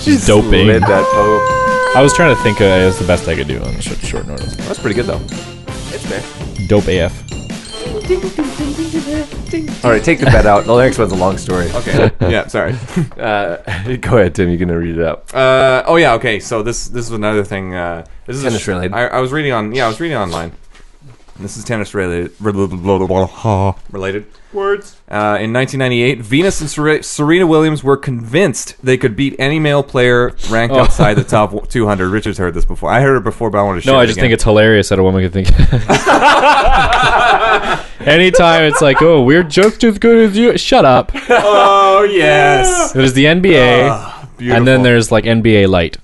C: she's doping.
B: Slid that pope.
C: I was trying to think uh, it was the best I could do on short, short notice.
A: That's pretty good though.
C: Dope AF.
B: All right, take the bet out. The next one's a long story.
A: Okay. yeah. Sorry.
B: Uh, go ahead, Tim. You're gonna read it out.
A: Uh, oh yeah, okay. So this this is another thing. Uh, this is a
B: Tennis
A: sh-
B: related.
A: I, I was reading on. Yeah, I was reading online. This is tennis related. Related words. Uh, in 1998, Venus and Sere- Serena Williams were convinced they could beat any male player
C: Oh.
A: ranked outside the top 200. Richard's heard this before. I heard it before, but I wanted to.
C: No,
A: share
C: I
A: it
C: just
A: again.
C: think it's hilarious that a woman could think. Anytime it's like, oh, we're just as good as you. Shut up.
A: Oh yes,
C: There's the NBA,
A: Ah, beautiful.
C: and then there's like NBA Light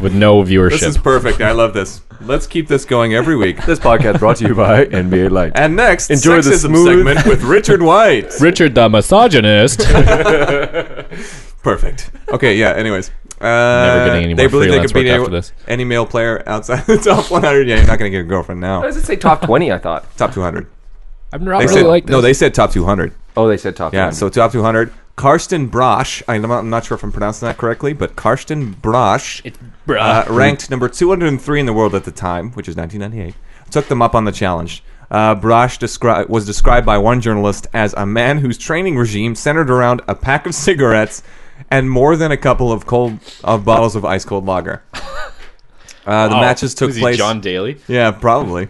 C: with no
A: This
C: viewership.
A: is perfect. I love this. Let's keep this going every week.
B: This podcast brought to you by NBA Light.
A: And next,
B: Enjoy the
A: sexism
B: smooth-
A: segment with Richard White.
C: Richard the misogynist.
A: Perfect. Okay, yeah, anyways. Uh,
C: getting any
A: they
C: more
A: believe they
C: freelance
A: could beat
C: work
A: any,
C: after this.
A: any male player outside the top 100. Yeah, you're not going to get a girlfriend now.
B: Why does it say top 20? I thought.
A: Top 200.
C: I'm not
A: They
C: really
A: said,
C: like this.
A: no, they said top 200.
B: Oh, they said top.
A: Yeah,
B: 20.
A: so top 200. Karsten Brosch, I'm not, I'm not sure if I'm pronouncing that correctly, but Karsten Brosch uh, ranked number 203 in the world at the time, which is 1998, took them up on the challenge. Uh, Brosch descri- was described by one journalist as a man whose training regime centered around a pack of cigarettes and more than a couple of cold of bottles of ice cold lager. Uh,
C: Oh,
A: the matches took place.
C: Daly.
A: Yeah, probably.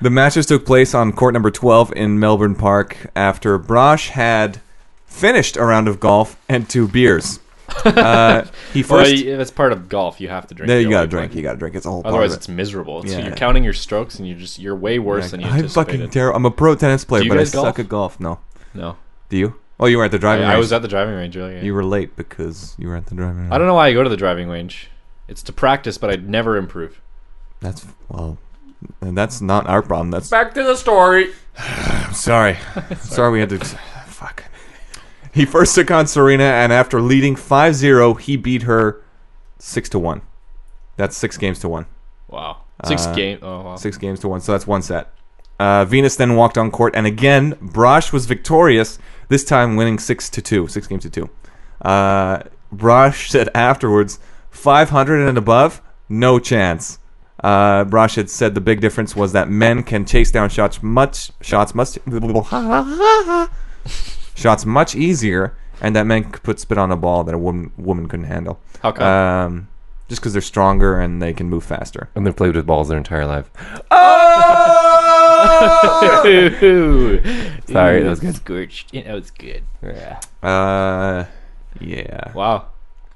A: the matches took place on court number 12 in Melbourne Park after Brosh had finished a round of golf and two beers. Uh, he first.
C: that's part of golf. You have to drink.
A: there you gotta drink. You gotta drink. It's a whole part
C: Otherwise,
A: of it.
C: it's miserable. It's,
A: Yeah.
C: You're counting your strokes, and you're just you're way worse than you
A: I'm
C: anticipated.
A: fucking terrible. I'm a pro tennis player,
C: you
A: but I
C: guys golf?
A: suck at golf. No,
C: no,
A: do you? Oh, you were at the
C: I,
A: driving
C: I
A: range.
C: was at the driving range earlier.
A: you were late because you were at the driving range.
C: I don't know why I go to the driving range. It's to practice, but I'd never improve.
A: That's well. And that's not our problem. That's
B: Back to the story.
A: I'm sorry. sorry. sorry we had to. Fuck. He first took on Serena, and after leading 5 0, he beat her 6 to 1. That's six games to one.
C: Wow. Six game. Oh, wow.
A: Uh, Six games to one, so that's one set. Uh, Venus then walked on court, and again, Brosh was victorious, this time winning 6 to 2. Six games to two. Uh, Brosh said afterwards, 500 and above, no chance. Uh, Brosh had said the big difference was that men can chase down shots much shots much shots much easier, and that men could put spit on a ball that a woman woman couldn't handle.
C: How come?
A: Um, just because they're stronger and they can move faster.
B: And they've played with balls their entire life.
A: Oh!
B: Sorry, that was good.
G: Scorched. You know, it's good.
A: Uh, yeah.
C: Wow.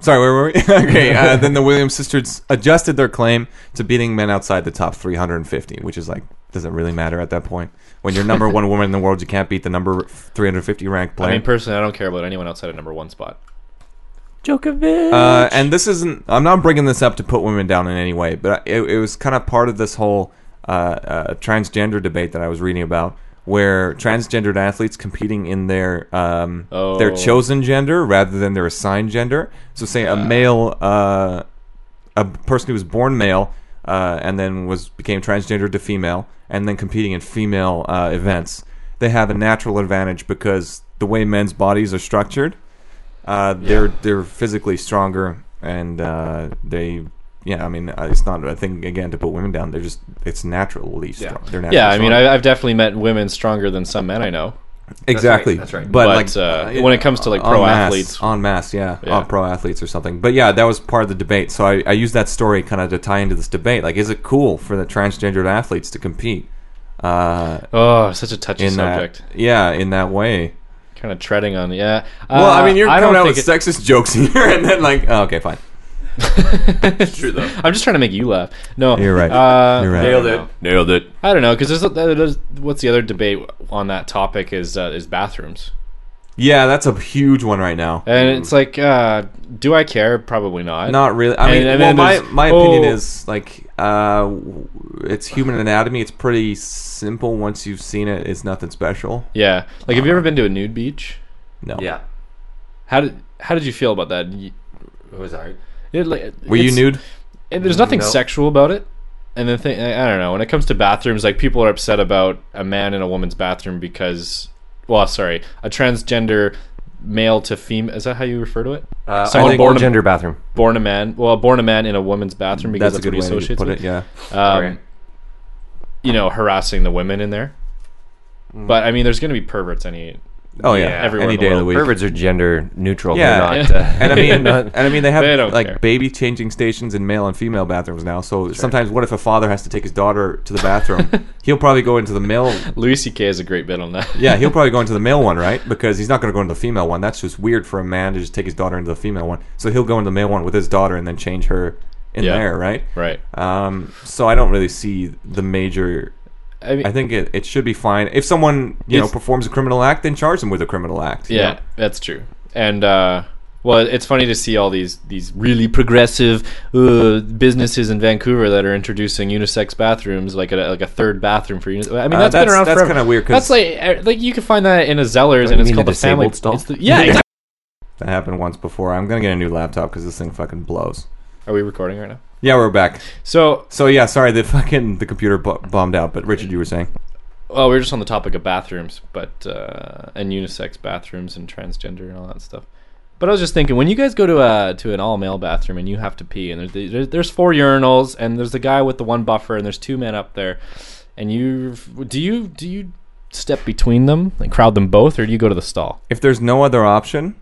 A: Sorry, where were we? okay. Uh, then the Williams sisters adjusted their claim to beating men outside the top 350, which is like doesn't really matter at that point. When you're number one woman in the world, you can't beat the number 350 ranked player.
C: I mean, personally, I don't care about anyone outside of number one spot.
B: Djokovic.
A: Uh, and this isn't. I'm not bringing this up to put women down in any way, but it, it was kind of part of this whole uh, uh, transgender debate that I was reading about, where transgendered athletes competing in their um, their
C: Oh.
A: chosen gender rather than their assigned gender. So, say a male, uh, a person who was born male. Uh, and then was became transgender to female, and then competing in female uh, events. They have a natural advantage because the way men's bodies are structured, uh, they're they're physically stronger and uh, they yeah I mean uh, it's not a thing again to put women down they're just it's naturally
C: Yeah.
A: strong they're naturally
C: Yeah, I mean,
A: strong.
C: I, I've definitely met women stronger than some men I know.
A: exactly
B: That's right, that's right.
A: but,
C: But,
A: like
C: uh, when it comes to, like,
A: en
C: pro
A: masse-
C: athletes-
A: en masse yeah,
C: Yeah.
A: on pro athletes or something but yeah that was part of the debate so I, I used that story kind of to tie into this debate like is it cool for the transgendered athletes to compete uh,
C: Oh, such a touchy
A: in uh,
C: subject.
A: that yeah in that way
C: Kind of treading on. Yeah.
A: well I
C: Uh,
A: mean you're
C: I don't
A: coming out
C: think
A: with
C: it-
A: sexist jokes here and then like oh, okay fine
C: I'm just trying to make you laugh. No,
A: You're right.
C: Uh,
A: You're right.
C: I don't
A: Nailed
C: know.
B: Nailed it.
C: I don't know because there's, there's what's the other debate on that topic is uh, is bathrooms,
A: yeah that's a huge one right now
C: and it's like, uh, do I care? Probably not.
A: Not really. I mean,
C: And- and
A: well,
C: then
A: my,
C: there's-
A: my opinion
C: oh.
A: is like uh, w- it's human anatomy. It's pretty simple once you've seen it. It's nothing special.
C: Yeah. Like, have you ever been to a nude beach?
A: No.
B: Yeah.
C: How did how did you feel about that? You-
B: It was alright.
C: It, like,
A: Were you
C: it's-
A: nude?
C: it- there's nothing
B: No.
C: sexual about it. And the thing, I I don't know. When it comes to bathrooms, like people are upset about a man in a woman's bathroom because, well, sorry, a transgender male to female. Is that how you refer to it?
B: Uh,
C: Someone
B: on
C: born
B: board
C: a-
B: gender bathroom.
C: born a man. Well, born a man in a woman's bathroom because
A: That's,
C: that's,
A: a good
C: what
A: way
C: he
A: to
C: associates
A: put
C: with.
A: it. Yeah.
C: Um,
B: Alright.
C: You know, harassing the women in there.
A: Mm.
C: But I mean, there's going to be perverts any.
A: Oh yeah.
C: yeah, everywhere
A: Any
C: in the
A: day of the
C: world.
A: week.
B: Perverts are gender neutral.
A: Yeah.
B: They're not. Uh,
A: And I mean,
B: not-
A: and I mean, they have
C: They don't
A: like
C: care.
A: baby changing stations in male and female bathrooms now. So sometimes, what if a father has to take his daughter to the bathroom? he'll probably go into the male.
C: Louis C.K. has a great bit on that.
A: Yeah, he'll probably go into the male one, right? Because he's not going to go into the female one. That's just weird for a man to just take his daughter into the female one. So he'll go into the male one with his daughter and then change her in
C: Yeah.
A: there, right?
C: right.
A: Um, so I don't really see the major.
C: I mean,
A: I think it, it should be fine. If someone you know
C: It's-
A: performs a criminal act, then charge them with a criminal act.
C: yeah, that's true. And uh, well, it's funny to see all these these really progressive uh, businesses in Vancouver that are introducing unisex bathrooms, like a like a third bathroom for unisex. I mean,
A: Uh,
C: that's been
A: that's-
C: around
A: that's
C: forever.
A: kinda weird 'cause-
C: That's like uh, like you can find that in a Zellers,
B: you
C: and it's
B: mean
C: called
B: a
C: the family.
B: disabled stall?
C: it's the- yeah. Exactly.
A: that happened once before. I'm gonna get a new laptop because this thing fucking blows.
C: Are we recording right now?
A: Yeah, we're back.
C: So
A: So yeah, sorry the fucking the computer bu- bombed out. But Richard, you were saying
C: Well, we are just on the topic of bathrooms, but uh, and unisex bathrooms and transgender and all that stuff. But I was just thinking, when you guys go to a to an all male bathroom and you have to pee, and there's, there's there's four urinals, and there's the guy with the one buffer, and there's two men up there, and you do you do you step between them and crowd them both, or do you go to the stall?
A: if there's no other option,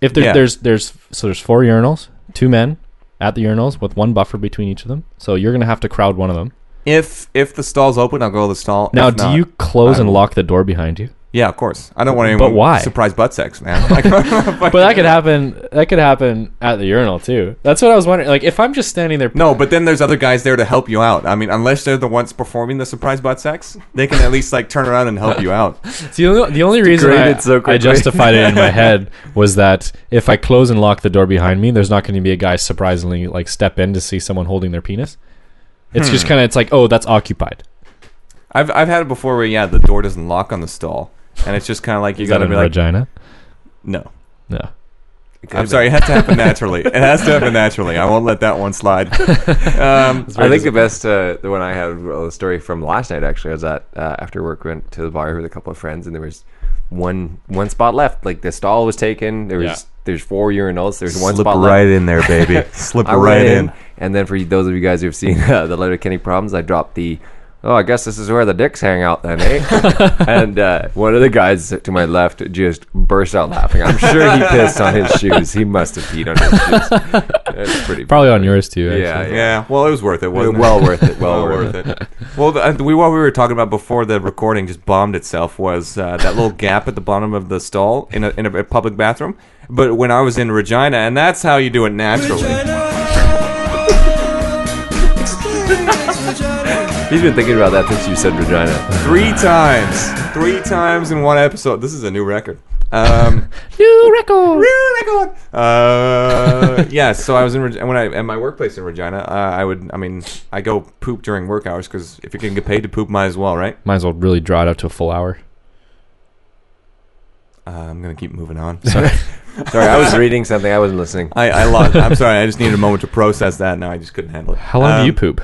C: If there's
A: Yeah.
C: there's there's so there's four urinals, two men at the urinals with one buffer between each of them, so you're gonna have to crowd one of them.
A: if if the stall's open, I'll go to the stall.
C: Now,
A: If
C: do
A: not-
C: you close and
A: I'm-
C: lock the door behind you?
A: Yeah, of course. I don't want anyone.
C: why?
A: Surprise butt sex, man. Like, fucking-
C: But that could happen. That could happen at the urinal too. That's what I was wondering. Like, if I'm just standing there,
A: No, but then there's other guys there to help you out. I mean, unless they're the ones performing the surprise butt sex, they can at least like turn around and help you out.
C: See, the only, the only reason
B: great,
C: I,
B: it's so
C: I
B: great.
C: justified it in my head was that if I close and lock the door behind me, there's not going to be a guy surprisingly like step in to see someone holding their penis. It's
A: Hmm.
C: just kind of it's like, oh, that's occupied.
A: I've I've had it before where yeah, the door doesn't lock on the stall, and it's just kind of like you
C: Is that
A: gotta
C: in
A: be like,
C: Regina?
A: no.
C: No.
A: I'm sorry, it has to happen naturally. It has to happen naturally. I won't let that one slide. Um,
B: I think the best, uh, the one I had, well, the story from last night actually was that uh, after work we went to the bar with a couple of friends and there was one one spot left. Like the stall was taken. There was
C: Yeah.
B: there's four urinals. There's one
A: slip
B: spot
A: right
B: left.
A: in there, baby. slip
B: I went
A: right in.
B: And then for those of you guys who've seen uh, the Letter Kenny problems, I dropped the. Oh, I guess this is where the dicks hang out then, eh? and uh, one of the guys to my left just burst out laughing. I'm sure he pissed on his shoes. He must have peed on his shoes. That's pretty.
C: Probably on yours too. Actually.
B: Yeah, yeah.
A: Yeah, well, it was worth it. Wasn't it?
B: Well worth it. Well,
A: well
B: worth it.
A: worth it. Well, the, uh, we what we were talking about before the recording just bombed itself was uh, that little gap at the bottom of the stall in a, in a public bathroom. But when I was in Regina, and that's how you do it naturally.
B: He's been thinking about that since you said Regina.
A: Three times, three times in one episode. This is a new record. Um,
G: New record.
A: new record. Uh, yeah. So I was in Reg- when I at my workplace in Regina. Uh, I would. I mean, I go poop during work hours because if you can get paid to poop, might as well, right?
C: Might as well really draw it out to a full hour.
A: Uh, I'm gonna keep moving on.
B: Sorry, I was reading something. I wasn't listening.
A: I, I lost. I'm sorry. I just needed a moment to process that. Now I just couldn't handle it.
C: How long
A: Um,
C: do you poop?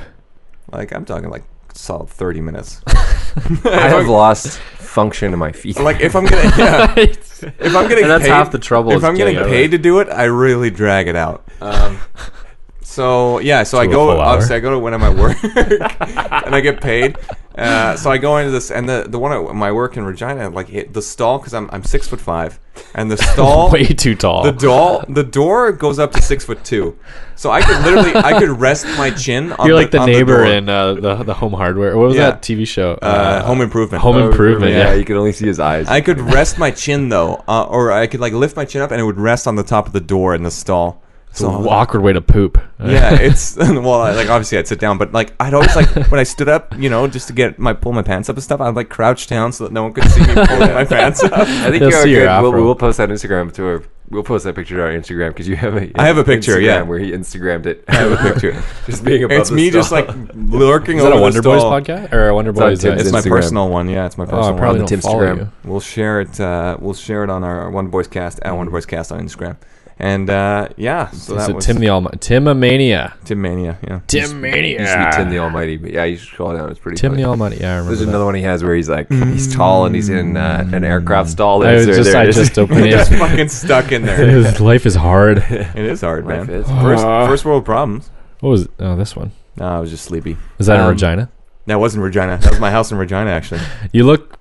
A: Like I'm talking like solid 30 minutes.
B: I have lost function in my feet.
A: like if I'm gonna, yeah, if I'm getting
G: And that's
A: paid,
G: half the trouble
A: If
G: is
A: I'm getting
G: getting out of
A: paid to do it, I really drag it out. Um, so yeah, so I
C: To a
A: go.
C: full hour.
A: Obviously, I go to when I'm at work, and I get paid. Uh, so I go into this, and the the one at my work in Regina, like it, the stall, because I'm I'm six foot five, and the stall
G: Way too tall.
A: The door, the door goes up to six foot two, so I could literally, I could rest my chin. on
G: You're like the
A: on
G: neighbor
A: door.
G: in uh, the the Home Hardware. What was
A: Yeah.
G: that TV show?
A: uh, Home Improvement.
G: Home Improvement.
B: yeah,
G: Yeah.
B: you can only see his eyes.
A: I could rest my chin though, uh, or I could like lift my chin up and it would rest on the top of the door in the stall. So
G: Awkward way to poop.
A: yeah, it's well, I, like obviously I'd sit down, but like I'd always like when I stood up, you know, just to get my pull my pants up and stuff, I'd like crouch down so that no one could see me pulling my pants up.
B: I think
G: He'll
B: you're
G: see your
B: good. We'll,
G: afro.
B: we'll post that Instagram to our. We'll post that picture to our Instagram because you have a.
A: I have a picture,
B: Instagram
A: yeah.
B: where he Instagrammed it.
A: I have a picture.
B: just being above
A: It's
B: the
A: me just
B: stall.
A: like lurking
C: Is that
A: over
C: a Wonder
A: the
C: Boys
A: stall.
C: podcast or a Wonder
B: on
G: uh,
C: Boys?
B: Tim's
A: It's my
B: Instagram.
A: personal one. Yeah, it's my personal
C: Oh, I
A: one.
C: probably
B: on
C: don't
B: Tim's
C: follow
B: Instagram.
C: you.
A: We'll share it. Uh, we'll share it on our One Boys Cast at One Boys Cast on Instagram. And uh, yeah, so
C: Is
A: that
C: it
A: was
C: Tim the Almighty? Timomania.
A: Tim Mania. Yeah.
G: Tim
B: Used to be Tim
G: Mania.
B: the Almighty, but yeah, you should call it out. It's pretty.
C: Tim
B: funny.
C: the Almighty. Yeah, I remember.
B: There's
C: that.
B: another one he has where he's like he's tall and he's in uh, an aircraft stall.
C: I
B: There's-
C: was just,
B: there
C: I
B: it is.
G: just opened
A: just
G: it.
A: fucking stuck in there.
G: His life is hard.
A: It is hard,
B: Life
A: man.
B: is.
A: First, first world problems.
G: What was it? Oh, this one.
A: No, I was just sleepy.
G: Is that in
A: Um,
G: Regina?
A: That wasn't Regina. That was my house in Regina, actually.
G: You look.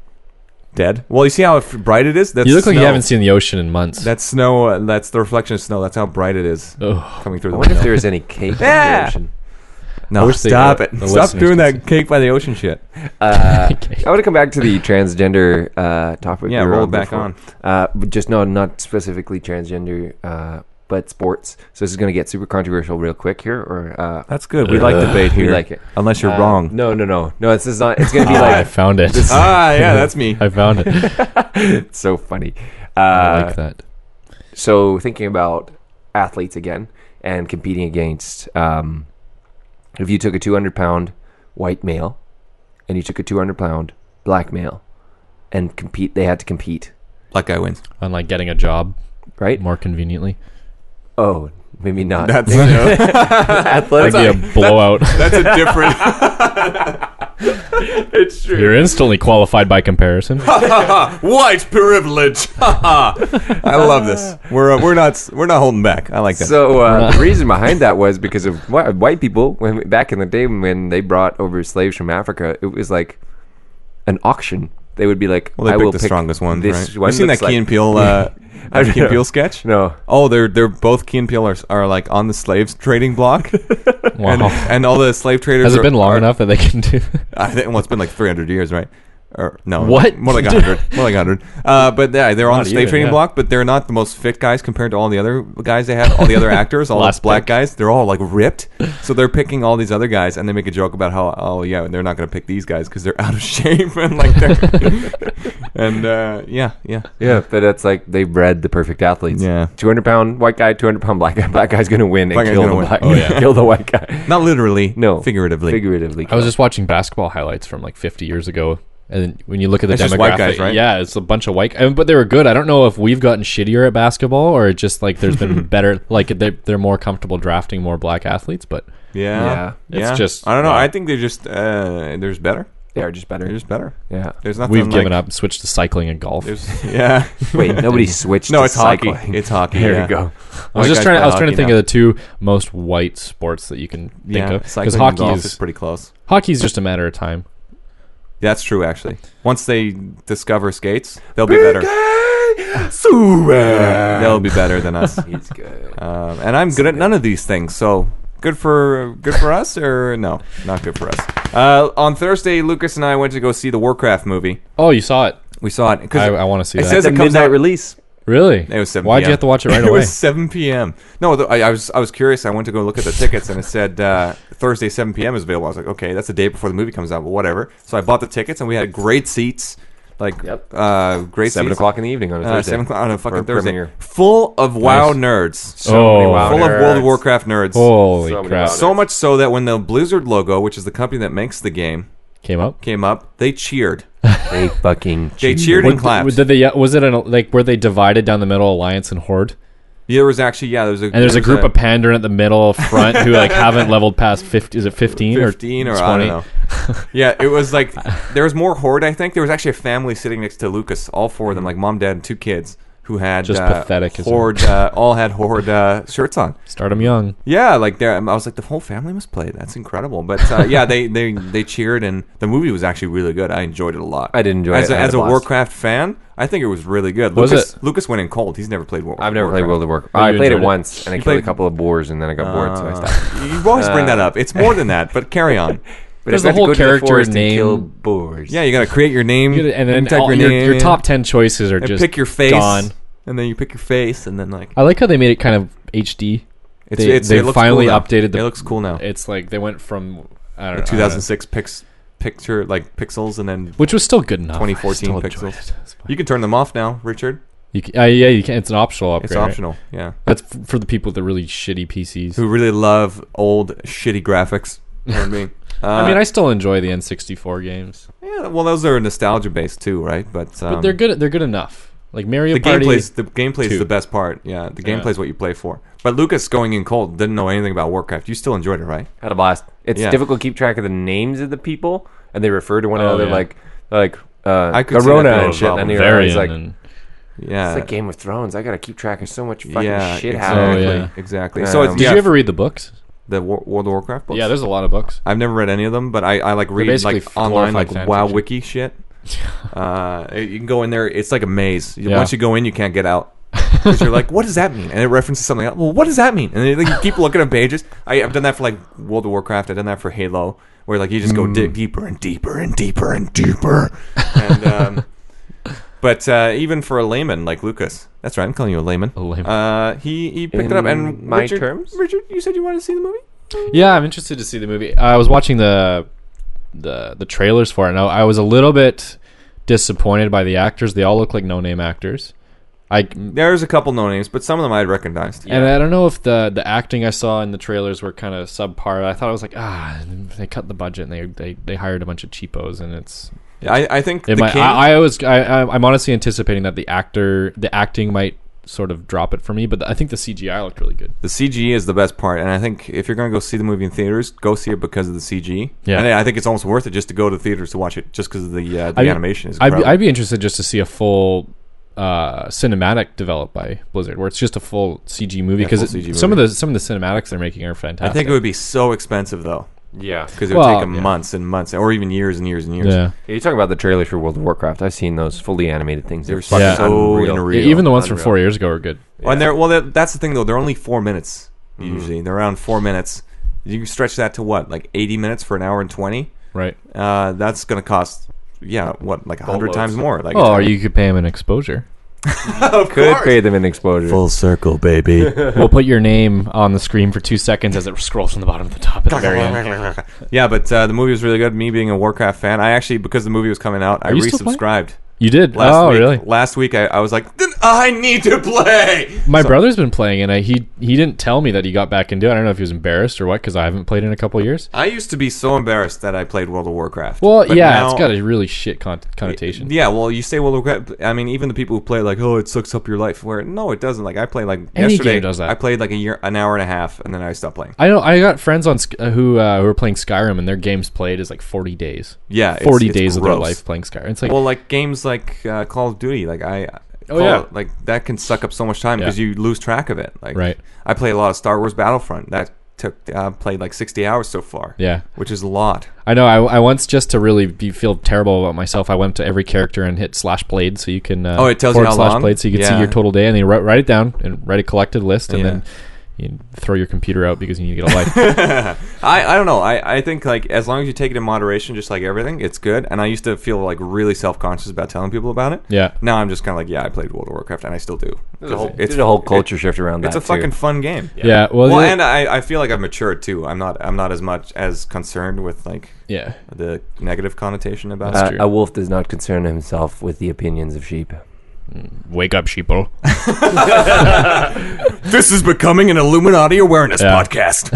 A: Dead. Well, you see how f- bright it is. That's
G: You look like you
A: snow.
G: haven't seen the ocean in months.
A: That's snow. Uh, that's the reflection of snow. That's how bright it is
G: Ugh.
A: coming through
B: I
A: the
B: wonder if
A: window.
B: there is any cake.
A: Yeah.
B: in the ocean.
A: No,
G: wish they-
A: stop
G: the-
A: it.
G: the
A: Stop
G: listeners
A: doing
G: can
A: that cake by the ocean shit.
B: Uh,
G: Okay.
B: I want to come back to the transgender uh, topic.
A: Yeah,
B: we were
A: roll it back
B: before.
A: on.
B: Uh, but just no, not specifically transgender, uh, but sports. So this is going to get super controversial real quick here, or uh,
A: That's good. We like debate
B: we
A: here.
B: like it.
A: Unless you're
B: Uh,
A: wrong.
B: No, no, no, no. It's, it's not. It's going to be
G: Ah, I
B: like
G: found it.
B: this-
A: Ah, yeah, that's me.
G: I found it.
B: it's so funny. Uh,
G: I like that.
B: so thinking about athletes again and competing against um, if you took a 200 pound white male and you took a 200 pound black male and compete they had to compete
A: Black guy wins.
G: Unlike getting a job
B: right
G: more conveniently.
B: oh maybe not
A: That's no,
G: That'd
B: athletics
G: be a blowout.
A: that's a different.
G: You're instantly qualified by comparison.
A: White privilege. I love this. We're uh, we're not we're not holding back. I like that.
B: so uh, the reason behind that was because of whi- white people when back in the day when they brought over slaves from africa it was like an auction they would be like
A: well, they
B: I
A: picked
B: will
A: the
B: pick
A: strongest one.
B: this
A: right?
B: one
A: You've seen that
B: looks
A: Key
B: like-
A: and Peele, uh, that Key and Peele sketch?
B: no
A: Oh, they're they're both Key and Peele are, are like on the slaves trading block,
G: Wow.
A: and and all the slave traders.
G: Oh. Has it
A: are-
G: been long
A: are-
G: enough that they can do?
A: I think well, it's been like three hundred years, right? Or, no,
G: What?
A: More like hundred. more like hundred. Uh, but yeah, they're on
G: Not
A: the slave
G: even,
A: trading
G: yeah.
A: block, but they're not the most fit guys compared to all the other guys they had. All the other actors, all
G: Last
A: the black
G: pick.
A: guys, they're all like ripped. So they're picking all these other guys, and they make a joke about how, oh yeah, they're not going to pick these guys because they're out of shape and like they're and uh, yeah, yeah,
B: Yeah, but that's like they bred the perfect athletes.
A: Yeah.
B: two hundred pound white guy, two hundred pound black guy. Black guy's gonna win and
A: Black guy's
B: kill the
A: gonna win.
B: black.
A: Oh,
C: yeah.
B: kill the white guy.
A: not literally,
B: No,
A: figuratively. Oh,
B: Figuratively,
C: I was just watching basketball highlights from like 50 years ago, and when you look at the
A: It's
C: demographic,
A: just white guys, right?
C: yeah, it's a bunch of white. I mean, but they were good. I don't know if we've gotten shittier at basketball or just like there's been better. Like they're, they're more comfortable drafting more black athletes, but
A: Yeah,
C: Yeah. It's just-
A: I don't know.
C: wow.
A: I think they're just uh, there's better.
B: they are just better.
A: They're just better.
B: yeah.
A: There's nothing.
C: we've
A: like,
C: given up and switched to cycling and golf. I
A: There's yeah.
B: Wait, nobody switched.
A: no,
B: to
A: it's
B: cycling.
A: hockey. It's hockey.
B: There
A: yeah.
B: you go.
C: was
A: White
C: just
A: guys
C: trying.
A: play
C: I was trying to
A: hockey
C: think
A: now.
C: of the two most white sports that you can think
A: Yeah,
C: of because
A: cycling and
C: hockey
A: golf
C: is
A: pretty close.
C: hockey is just a matter of time.
A: That's true, actually. Once they discover skates, they'll be better. Yeah, they'll be better than us.
B: He's good.
A: Um, and I'm good at none of these things, so good for good for us or no, not good for us. Uh, on Thursday, Lucas and I went to go see the Warcraft movie.
C: Oh, you saw it?
A: We saw it because
C: I, I want to see
A: it
C: that.
A: says
B: It's a
A: it comes
B: midnight
A: out
B: release.
C: really?
A: It was seven.
C: Why'd
A: PM.
C: you have to watch it right
A: It
C: away?
A: was seven p.m. No, th- I, I was I was curious. I went to go look at the tickets, and it said uh, Thursday seven p.m. is available. I was like, okay, that's the day before the movie comes out, but whatever. So I bought the tickets, and we had great seats, like
B: Yep.
A: uh, great
B: Seven
A: seats.
B: o'clock in the evening on a
A: Uh,
B: Thursday.
A: seven o'clock on a fucking
B: For
A: Thursday,
B: premiere.
A: full of WoW nerds,
B: So many
G: Oh.
B: wow
A: full of World
B: nerds.
A: of Warcraft nerds.
C: Holy
B: So many
C: crap!
B: wild-
A: So much so that when the Blizzard logo, which is the company that makes the game,
C: Came up.
A: came up, they cheered.
B: They fucking.
A: They cheered and clapped.
C: Did they, was it an, like were they divided down the middle, alliance and horde?
A: there was actually yeah, there was a
C: And there's a
A: there
C: group
A: was
C: of pandarin at the middle front who like haven't leveled past fifty. Is it fifteen,
A: 15 or,
C: twenty?
A: I don't know. yeah, it was like there was more horde. I think there was actually a family sitting next to Lucas, all four of them, like mom, dad, and two kids who had
C: Just
A: uh,
C: pathetic, isn't it?
A: horde. Uh, all had horde uh, shirts on.
C: Start 'em young.
A: Yeah, like there, I was like the whole family must play. That's incredible. But uh, yeah, they, they they cheered, and the movie was actually really good. I enjoyed it a lot.
B: I did enjoy
A: as
B: it. I
A: A,
B: had
A: as
B: a
A: a
B: blast.
A: Warcraft fan, I think it was really good.
C: Was
A: Lucas,
C: it?
A: Lucas went in cold. He's never played War.
B: I've never played
A: Warcraft.
B: World of Warcraft.
C: Oh,
B: I
C: you
B: played it
C: enjoyed it?
B: once, and I killed a
A: played- Uh,
B: couple of boars, and then I got bored, so I stopped.
A: You always bring that up. It's more than that, but carry on.
B: But
C: There's
B: I got
C: the
B: to
C: whole
B: go to
C: character
B: forest and
C: name.
B: Kill boars.
A: Yeah, you got to create your name,
C: And then
A: type
C: all-
A: your
C: your,
A: name,
C: your top ten choices are
A: and
C: just
A: pick your face,
C: gone.
A: and then you pick your face, and then like
C: I like how they made it kind of HD.
A: it's,
C: they-
A: it's,
C: they
A: it looks
C: finally
A: cool now.
C: updated the-
A: It looks cool now.
C: It's like they went from I don't know,
A: Like 2006 pix, picture like pixels, and then
C: which was still good enough.
A: 2014
C: I still enjoyed
A: pixels.
C: it. It's fine.
A: you can turn them off now, Richard.
C: You can- uh, yeah, you can. It's an optional upgrade.
A: It's
C: right?
A: optional. Yeah,
C: That's f- for the people with the really shitty PCs.
A: who really love old shitty graphics. You know what I mean? Uh,
C: I mean, I still enjoy the N64 games,
A: yeah, well, those are nostalgia based too, right? But, um,
C: but they're good. They're good enough. Like Mario
A: The
C: Party.
A: gameplay's the gameplay's
C: two.
A: the best part. Yeah, the
C: Yeah.
A: gameplay's what you play for. But Lucas going in cold didn't know anything about Warcraft. You still enjoyed it, right?
B: had a blast. It's
A: Yeah.
B: difficult to keep track of the names of the people, and they refer to one
C: Oh,
B: another
C: yeah.
B: like like uh,
A: I could see that
B: Garona
A: being
B: and
A: a
B: shit.
A: problem.
B: And
A: Valerian
B: you're always
C: Varian
B: like,
C: and-
A: Yeah.
B: it's like Game of Thrones. I gotta keep track of so much fucking
A: yeah,
B: shit happening.
A: exactly,
C: Oh, yeah.
A: exactly. So it's
B: Um,
C: Did
A: yeah,
C: you ever read the books?
A: the War- World of Warcraft books?
C: Yeah, there's a lot of books.
A: I've never read any of them, but I, I like read
C: basically
A: like online like
C: glorified fan
A: WoW
C: fiction.
A: wiki shit. Uh, you can go in there; it's like a maze. You-
C: Yeah.
A: Once you go in, you can't get out. 'Cause you're like, what does that mean? And it references something else. Well, what does that mean? And then you keep looking at pages. I, I've done that for like World of Warcraft. I've done that for Halo, where like you just
C: Mm.
A: go dig deeper and deeper and deeper and deeper. And um, but uh, even for a layman like Lucas, that's right. I'm calling you a layman.
C: A layman.
A: Uh, he he picked it up. And
B: In my
A: Richard,
B: terms?
A: Richard, you said you wanted to see the movie.
C: Yeah, I'm interested to see the movie. I was watching the the the trailers for it, and I, I was a little bit disappointed by the actors. They all look like no name actors. I
A: There's a couple no names, but some of them I recognized.
C: and I don't know if the the acting I saw in the trailers were kind of subpar. I thought I was like, ah, they cut the budget and they they, they hired a bunch of cheapos, and it's
A: I, I think
C: It
A: the
C: might,
A: king.
C: I, I was I, I- I'm honestly anticipating that the actor the acting might sort of drop it for me, but I think the CGI looked really good.
A: the CG is the best part, and I think if you're going to go see the movie in theaters, go see it because of the CG.
C: Yeah.
A: and I think it's almost worth it just to go to theaters to watch it, just because the uh, the
C: I'd be-
A: animation is.
C: I'd be,
A: incredible.
C: I'd be interested just to see a full uh, cinematic developed by Blizzard, where it's just a full CG movie
A: full
C: because
A: CG
C: some of
A: movie.
C: the some of the cinematics they're making are fantastic.
A: I think it would be so expensive though,
B: Yeah,
A: because it would
C: Well,
A: take them
C: yeah.
A: months and months, or even years and years and years.
C: yeah.
B: you're talking about the trailers for World of Warcraft. I've seen those fully animated things. They're
A: They're
B: fucking
C: Yeah.
A: so
B: unreal.
A: unreal.
C: Yeah, E-, even the ones
B: Unreal.
C: from four years ago are good.
A: And they're well, that that's the thing though. They're only four minutes usually. They're around four minutes. You can stretch that to what, like eighty minutes for an hour and twenty.
C: Right.
A: Uh, that's going to cost yeah, what like a hundred times more. Like,
C: Oh, or you could pay him an exposure.
B: Could pay them an exposure.
A: full circle, baby.
C: we'll put your name on the screen for two seconds as it scrolls from the bottom to the top at the very end.
A: yeah, but uh, the movie was really good. Me being a Warcraft fan, I actually because the movie was coming out, I
C: you still playing?
A: resubscribed.
C: You did?
A: Last
C: oh,
A: week,
C: really?
A: Last week, I, I was like, then I need to play.
C: My brother's been playing, and I, he he didn't tell me that he got back into it. I don't know if he was embarrassed or what, because I haven't played in a couple years.
A: I used to be so embarrassed that I played World of Warcraft.
C: Well,
A: But
C: yeah,
A: now-
C: it's got a really shit con- connotation.
A: Yeah, well, you say World of Warcraft. I mean, even the people who play like, oh, it sucks up your life. Where no, it doesn't. Like I played like
C: Any
A: yesterday.
C: game does that.
A: I played like a year, an hour and a half, and then I stopped playing.
C: I know. I got friends on Sk- uh, who uh, who are playing Skyrim, and their games played is like forty days.
A: Yeah, it's-
C: forty
A: it's
C: days of their
A: gross.
C: life playing Skyrim. It's like
A: Well, like games like uh, Call of Duty, like I.
C: Oh, yeah.
A: Call- like that can suck up so much time because you lose track of it. Like
C: Right.
A: I play a lot of Star Wars Battlefront. That took uh, played like sixty hours so far.
C: Yeah.
A: which is a lot.
C: I know. I, I once just to really be, feel terrible about myself, I went to every character and hit slash played, so you can uh,
A: Oh, it tells you
C: forward
A: how
C: slash
A: long?
C: played, so you can see
A: Yeah.
C: your total day, and then you write, write it down and write a collected list, and
A: Yeah.
C: then you throw your computer out because you need to get a life.
A: I, I don't know. I, I think like as long as you take it in moderation, just like everything, it's good. And I used to feel like really self conscious about telling people about it.
C: Yeah.
A: Now I'm just kind of like, yeah, I played World of Warcraft, and I still do.
B: There's a whole, there's a whole culture shift around
A: It's
B: that.
A: a fucking
B: Too.
A: fun game.
C: yeah. Well.
A: Well,
C: the-
A: and uh, I, I feel like I've matured too. I'm not I'm not as much as concerned with like
C: yeah.
A: the negative connotation about
B: Uh,
A: it.
B: a wolf does not concern himself with the opinions of sheep.
G: Wake up, sheeple.
A: This is becoming an Illuminati awareness
C: Yeah.
A: podcast.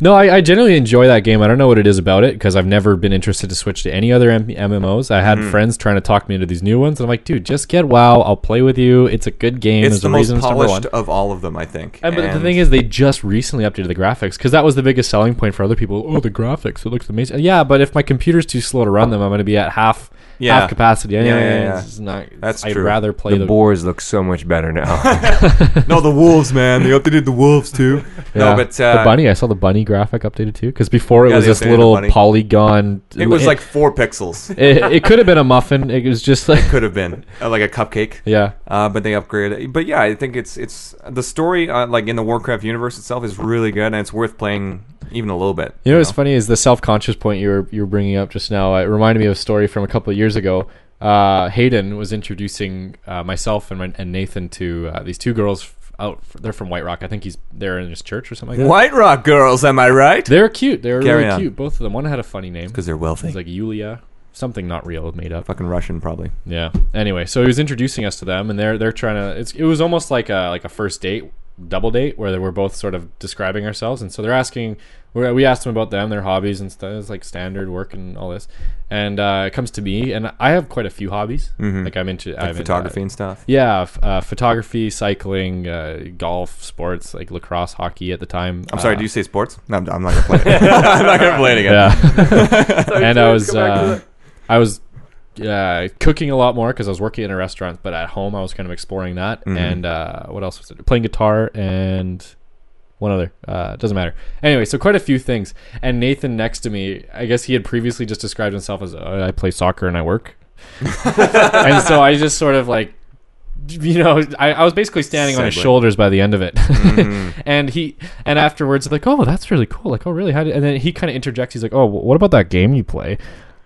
C: No, I, I generally enjoy that game. I don't know what it is about it because I've never been interested to switch to any other M- MMOs. I had
A: Hmm.
C: friends trying to talk me into these new ones, and I'm like, dude, just get WoW. I'll play with you. It's a good game.
A: It's
C: There's
A: the
C: a
A: most
C: reason it's number one.
A: polished of all of them, I think.
C: And, but the thing is, they just recently updated the graphics because that was the biggest selling point for other people. Oh, the graphics! It looks amazing. Yeah, but if my computer's too slow to run them, I'm going to be at half
A: Yeah.
C: half capacity.
A: yeah,
C: Anyway,
A: yeah.
C: It's not,
A: That's
C: I'd
A: true.
C: rather play
B: The
C: the,
B: boars look so much better now.
A: no, the wolves, man. They updated the wolves too.
C: yeah.
A: No, but uh,
C: the bunny. I saw the bunny graphic updated too because before it
A: Yeah,
C: was
A: they
C: this
A: updated the
C: little
A: bunny.
C: polygon.
A: uh, It was like four pixels.
C: it, it could have been a muffin. It was just like
A: Could have been uh, like a cupcake.
C: yeah.
A: uh, but they upgraded. But yeah, I think it's it's the story uh, like in the Warcraft universe itself is really good and it's worth playing even a little bit.
C: You know what's funny is the self-conscious point you were you were bringing up just now. It reminded me of a story from a couple of years ago. Uh, Hayden was introducing uh, myself and, my- and Nathan to uh, these two girls f- out. f they're from White Rock. I think he's they're in his church or something like that.
A: White Rock girls, am I right?
C: They're cute. They're
A: Carry
C: really
A: on.
C: cute. Both of them. One had a funny name.
A: Because they're wealthy.
C: It's like Yulia, something not real, made up.
A: Fucking Russian, probably.
C: Yeah. Anyway, so he was introducing us to them, and they're they're trying to. It's it was almost like a like a first date, double date, where they were both sort of describing ourselves, and so they're asking. we're- We asked them about them, their hobbies, and stuff. It's like standard work and all this. And uh, it comes to me, and I have quite a few hobbies. Like I'm into I'm into, uh,
A: Mm-hmm. Photography and stuff.
C: yeah, f- uh, photography, cycling, uh, golf, sports, like lacrosse, hockey at the time. Uh,
A: I'm sorry, do you say sports? No, I'm, I'm not gonna play it. I'm not gonna play it again.
C: Yeah. and I was, uh, I was, uh, cooking a lot more because I was working in a restaurant. But at home, I was kind of exploring that. And uh, what else was it? Playing guitar and one other. Uh, doesn't matter. Anyway, so quite a few things. And Nathan next to me, I guess he had previously just described himself as "Oh, I play soccer and I work. and so I just sort of like. You know, I, I was basically standing on his
A: Segue.
C: shoulders by the end of it, and he and afterwards like, oh, that's really cool. Like, oh, really? How did? And then he kind of interjects. He's like, oh, wh- what about that game you play?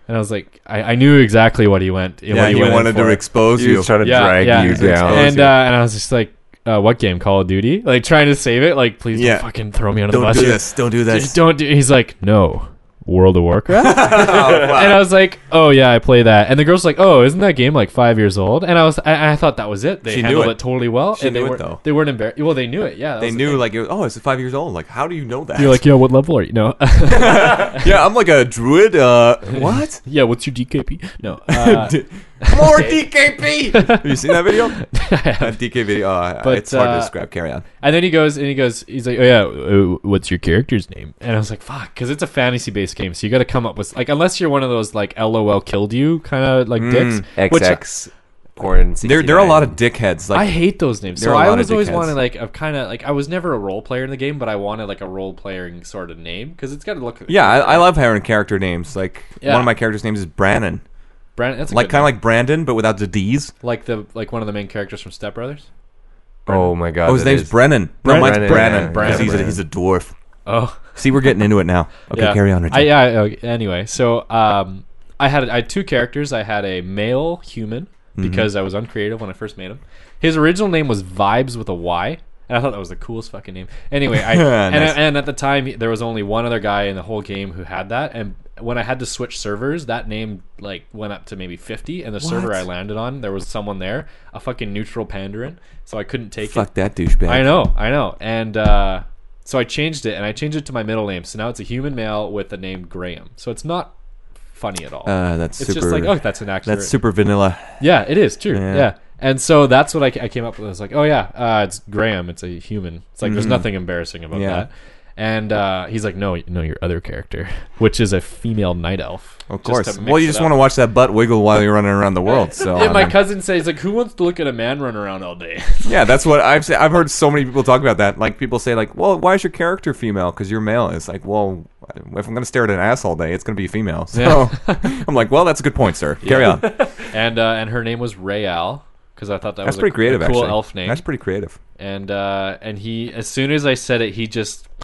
C: And I was like, I, I knew exactly what he went.
A: Yeah, he wanted to expose you.
B: trying to drag you down.
C: And uh, and I was just like, uh, what game? Call of Duty? Like trying to save it. Like, please
A: Yeah.
C: don't fucking throw me under the
A: Don't
C: bus.
A: do
C: here.
A: this. Don't do
C: Just
A: this.
C: don't do. He's like, no, World of Warcraft. And I was like, oh yeah, I play that. And the girl's like, oh, isn't that game like five years old? And I was, I, I thought that was it. They
A: She knew
C: handled
A: it.
C: it. totally well.
A: She
C: and
A: knew
C: they
A: it,
C: weren't,
A: though.
C: They weren't embarrassed. Well, they knew it. Yeah, that
A: They
C: was the
A: knew
C: thing.
A: like it was, oh, it's five years old. Like, how do you know that?
C: You're like, yo, what level are you? No.
A: yeah, I'm like a druid. Uh, what?
C: yeah, what's your DKP? No. Uh,
A: More DKP. Have you seen that video? That DK video. Uh,
C: But,
A: it's hard to
C: uh,
A: describe. Carry on.
C: And then he goes and he goes, he's like, oh yeah, uh, what's your character's name? And I was like, fuck, because it's a fantasy based game, so you got to come up with like, unless you're one of those like LOL killed you kind of like
A: Mm,
C: dicks.
B: uh,
C: which
B: XX porn.
A: There, there are a lot of dickheads. Like,
C: I hate those names.
A: There
C: So
A: are a lot of
C: I was always
A: dickheads.
C: wanted like a kind of like I was never a role player in the game, but I wanted like a role playing sort of name because it's got to look.
A: Yeah, I, I love having character names. Like
C: Yeah.
A: one of my characters' names is Brannon,
C: Brandon. That's a
A: like
C: like
A: kind of like Brandon, but without the D's.
C: like the like one of the main characters from Step Brothers.
B: Oh my god.
A: Oh, his
B: that
A: name's
B: is-
A: Brennan.
C: Brennan.
A: No, mine's
B: Brennan,
A: Brannon.
B: yeah,
A: because he's, a,
B: Brennan.
A: he's a dwarf.
C: Oh,
A: See, we're getting into it now. Okay,
C: yeah.
A: carry on, Richard.
C: I, I, okay, anyway, so um, I had I had two characters. I had a male human
A: Mm-hmm.
C: because I was uncreative when I first made him. His original name was Vibes with a Y, and I thought that was the coolest fucking name. Anyway, I, and,
A: Nice.
C: and at the time there was only one other guy in the whole game who had that. And when I had to switch servers, that name like went up to maybe fifty. And the server I landed on, there was someone there, a fucking neutral pandarin, so I couldn't take it.
A: Fuck that douchebag.
C: I know, I know. And uh, so I changed it, and I changed it to my middle name. So now it's a human male with the name Graham. So it's not funny at all.
A: Uh, that's
C: it's
A: super.
C: just like, oh, that's an accident.
A: that's super vanilla.
C: Yeah, it is true.
A: Yeah.
C: Yeah. And so that's what I, I came up with. I was like, oh yeah, uh, it's Graham. It's a human. It's like there's nothing embarrassing about
A: Mm-hmm. Yeah.
C: that. And uh, he's like, no, no, your other character, which is a female night elf.
A: Of course. Well, you just want to watch that butt wiggle while you're running around the world. So I
C: Yeah, my
A: mean,
C: cousin says like, who wants to look at a man run around all day?
A: yeah, that's what I've said. I've heard so many people talk about that. Like people say, like, well, why is your character female? Because you're male. It's like, well, if I'm going to stare at an ass all day, it's going to be female. So I'm like, well, that's a good point, sir. Carry on. That's
C: and uh, and her name was Rayal because I thought that was a-
A: pretty creative,
C: a cool
A: actually.
C: elf name.
A: That's pretty creative.
C: and uh, and he as soon as I said it, he just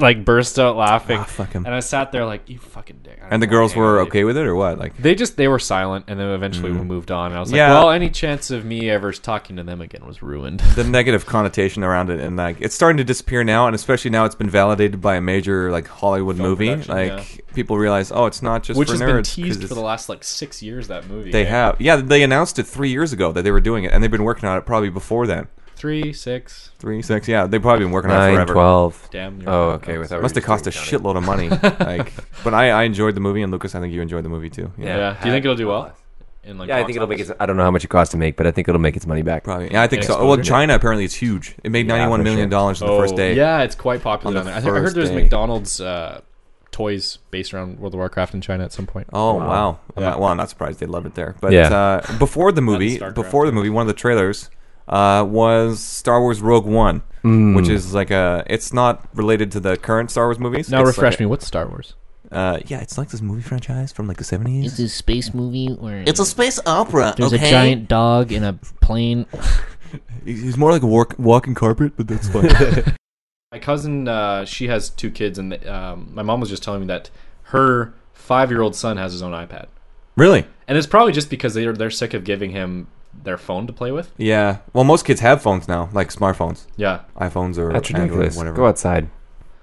C: like burst out laughing.
A: Ah, fuck him.
C: And I sat there like you fucking dick. I don't
A: And the
C: know
A: girls
C: why I
A: were
C: hate you."
A: okay with it, or what? Like,
C: They just they were silent, and then eventually
A: Mm-hmm.
C: we moved on. And I was like,
A: Yeah.
C: well, any chance of me ever talking to them again was ruined.
A: the negative connotation around it and like it's starting to disappear now and especially now it's been validated by a major like hollywood movie
C: production,
A: like people realize oh it's not just
C: Which
A: for
C: has
A: nerds
C: been
A: 'cause
C: teased for
A: it's-
C: the last like six years. That movie
A: they
C: eh?
A: have yeah they announced it three years ago that they were doing it and they've been working on it probably before then
C: three, six.
A: three six yeah they've probably been working on it
B: Nine,
A: forever
B: twelve.
C: Damn. near
B: Oh,
C: that.
B: okay.
C: That was-
B: Without
A: must have cost a
B: counting.
A: shitload of money like but I, I enjoyed the movie and lucas i think you enjoyed the movie too
C: Yeah. Do you think it'll do well? In like
B: Yeah, I
C: box
B: think it'll make
C: office?
B: its. I don't know how much it costs to make, but I think it'll make its money back.
A: probably yeah i think
C: And
A: so well
C: exposure.
A: china apparently it's huge it made 91
B: for
A: million
B: sure.
A: dollars in the first
C: Oh,
A: day
C: Yeah, it's quite popular
A: On
C: down
A: the
C: there. I, th- I heard
A: first
C: there's
A: day.
C: McDonald's uh, toys based around World of Warcraft in China at some point.
A: Oh wow! I'm
C: Yeah.
A: not, well, I'm not surprised they loved it there. But
B: Yeah.
A: uh, before the movie,
C: StarCraft.
A: before the movie, one of the trailers uh, was Star Wars Rogue One,
B: Hmm.
A: which is like a. It's not related to the current Star Wars movies.
C: now
A: It's
C: refresh
A: like
C: me. What's Star Wars?
A: a- uh, yeah, it's like this movie franchise from like the seventies.
H: It's a space movie where
E: It's a space opera,
H: there's
E: okay?
H: a giant dog in a plane.
A: It's more like a walk, walking carpet, but that's fine.
C: My cousin, uh, she has two kids, and um, my mom was just telling me that her five-year-old son has his own iPad,
A: really?
C: and it's probably just because they're they're sick of giving him their phone to play with.
A: Yeah. Well, most kids have phones now, like smartphones,
C: Yeah,
A: iPhones or
B: That's
A: Android,
B: ridiculous.
A: whatever.
B: Go outside.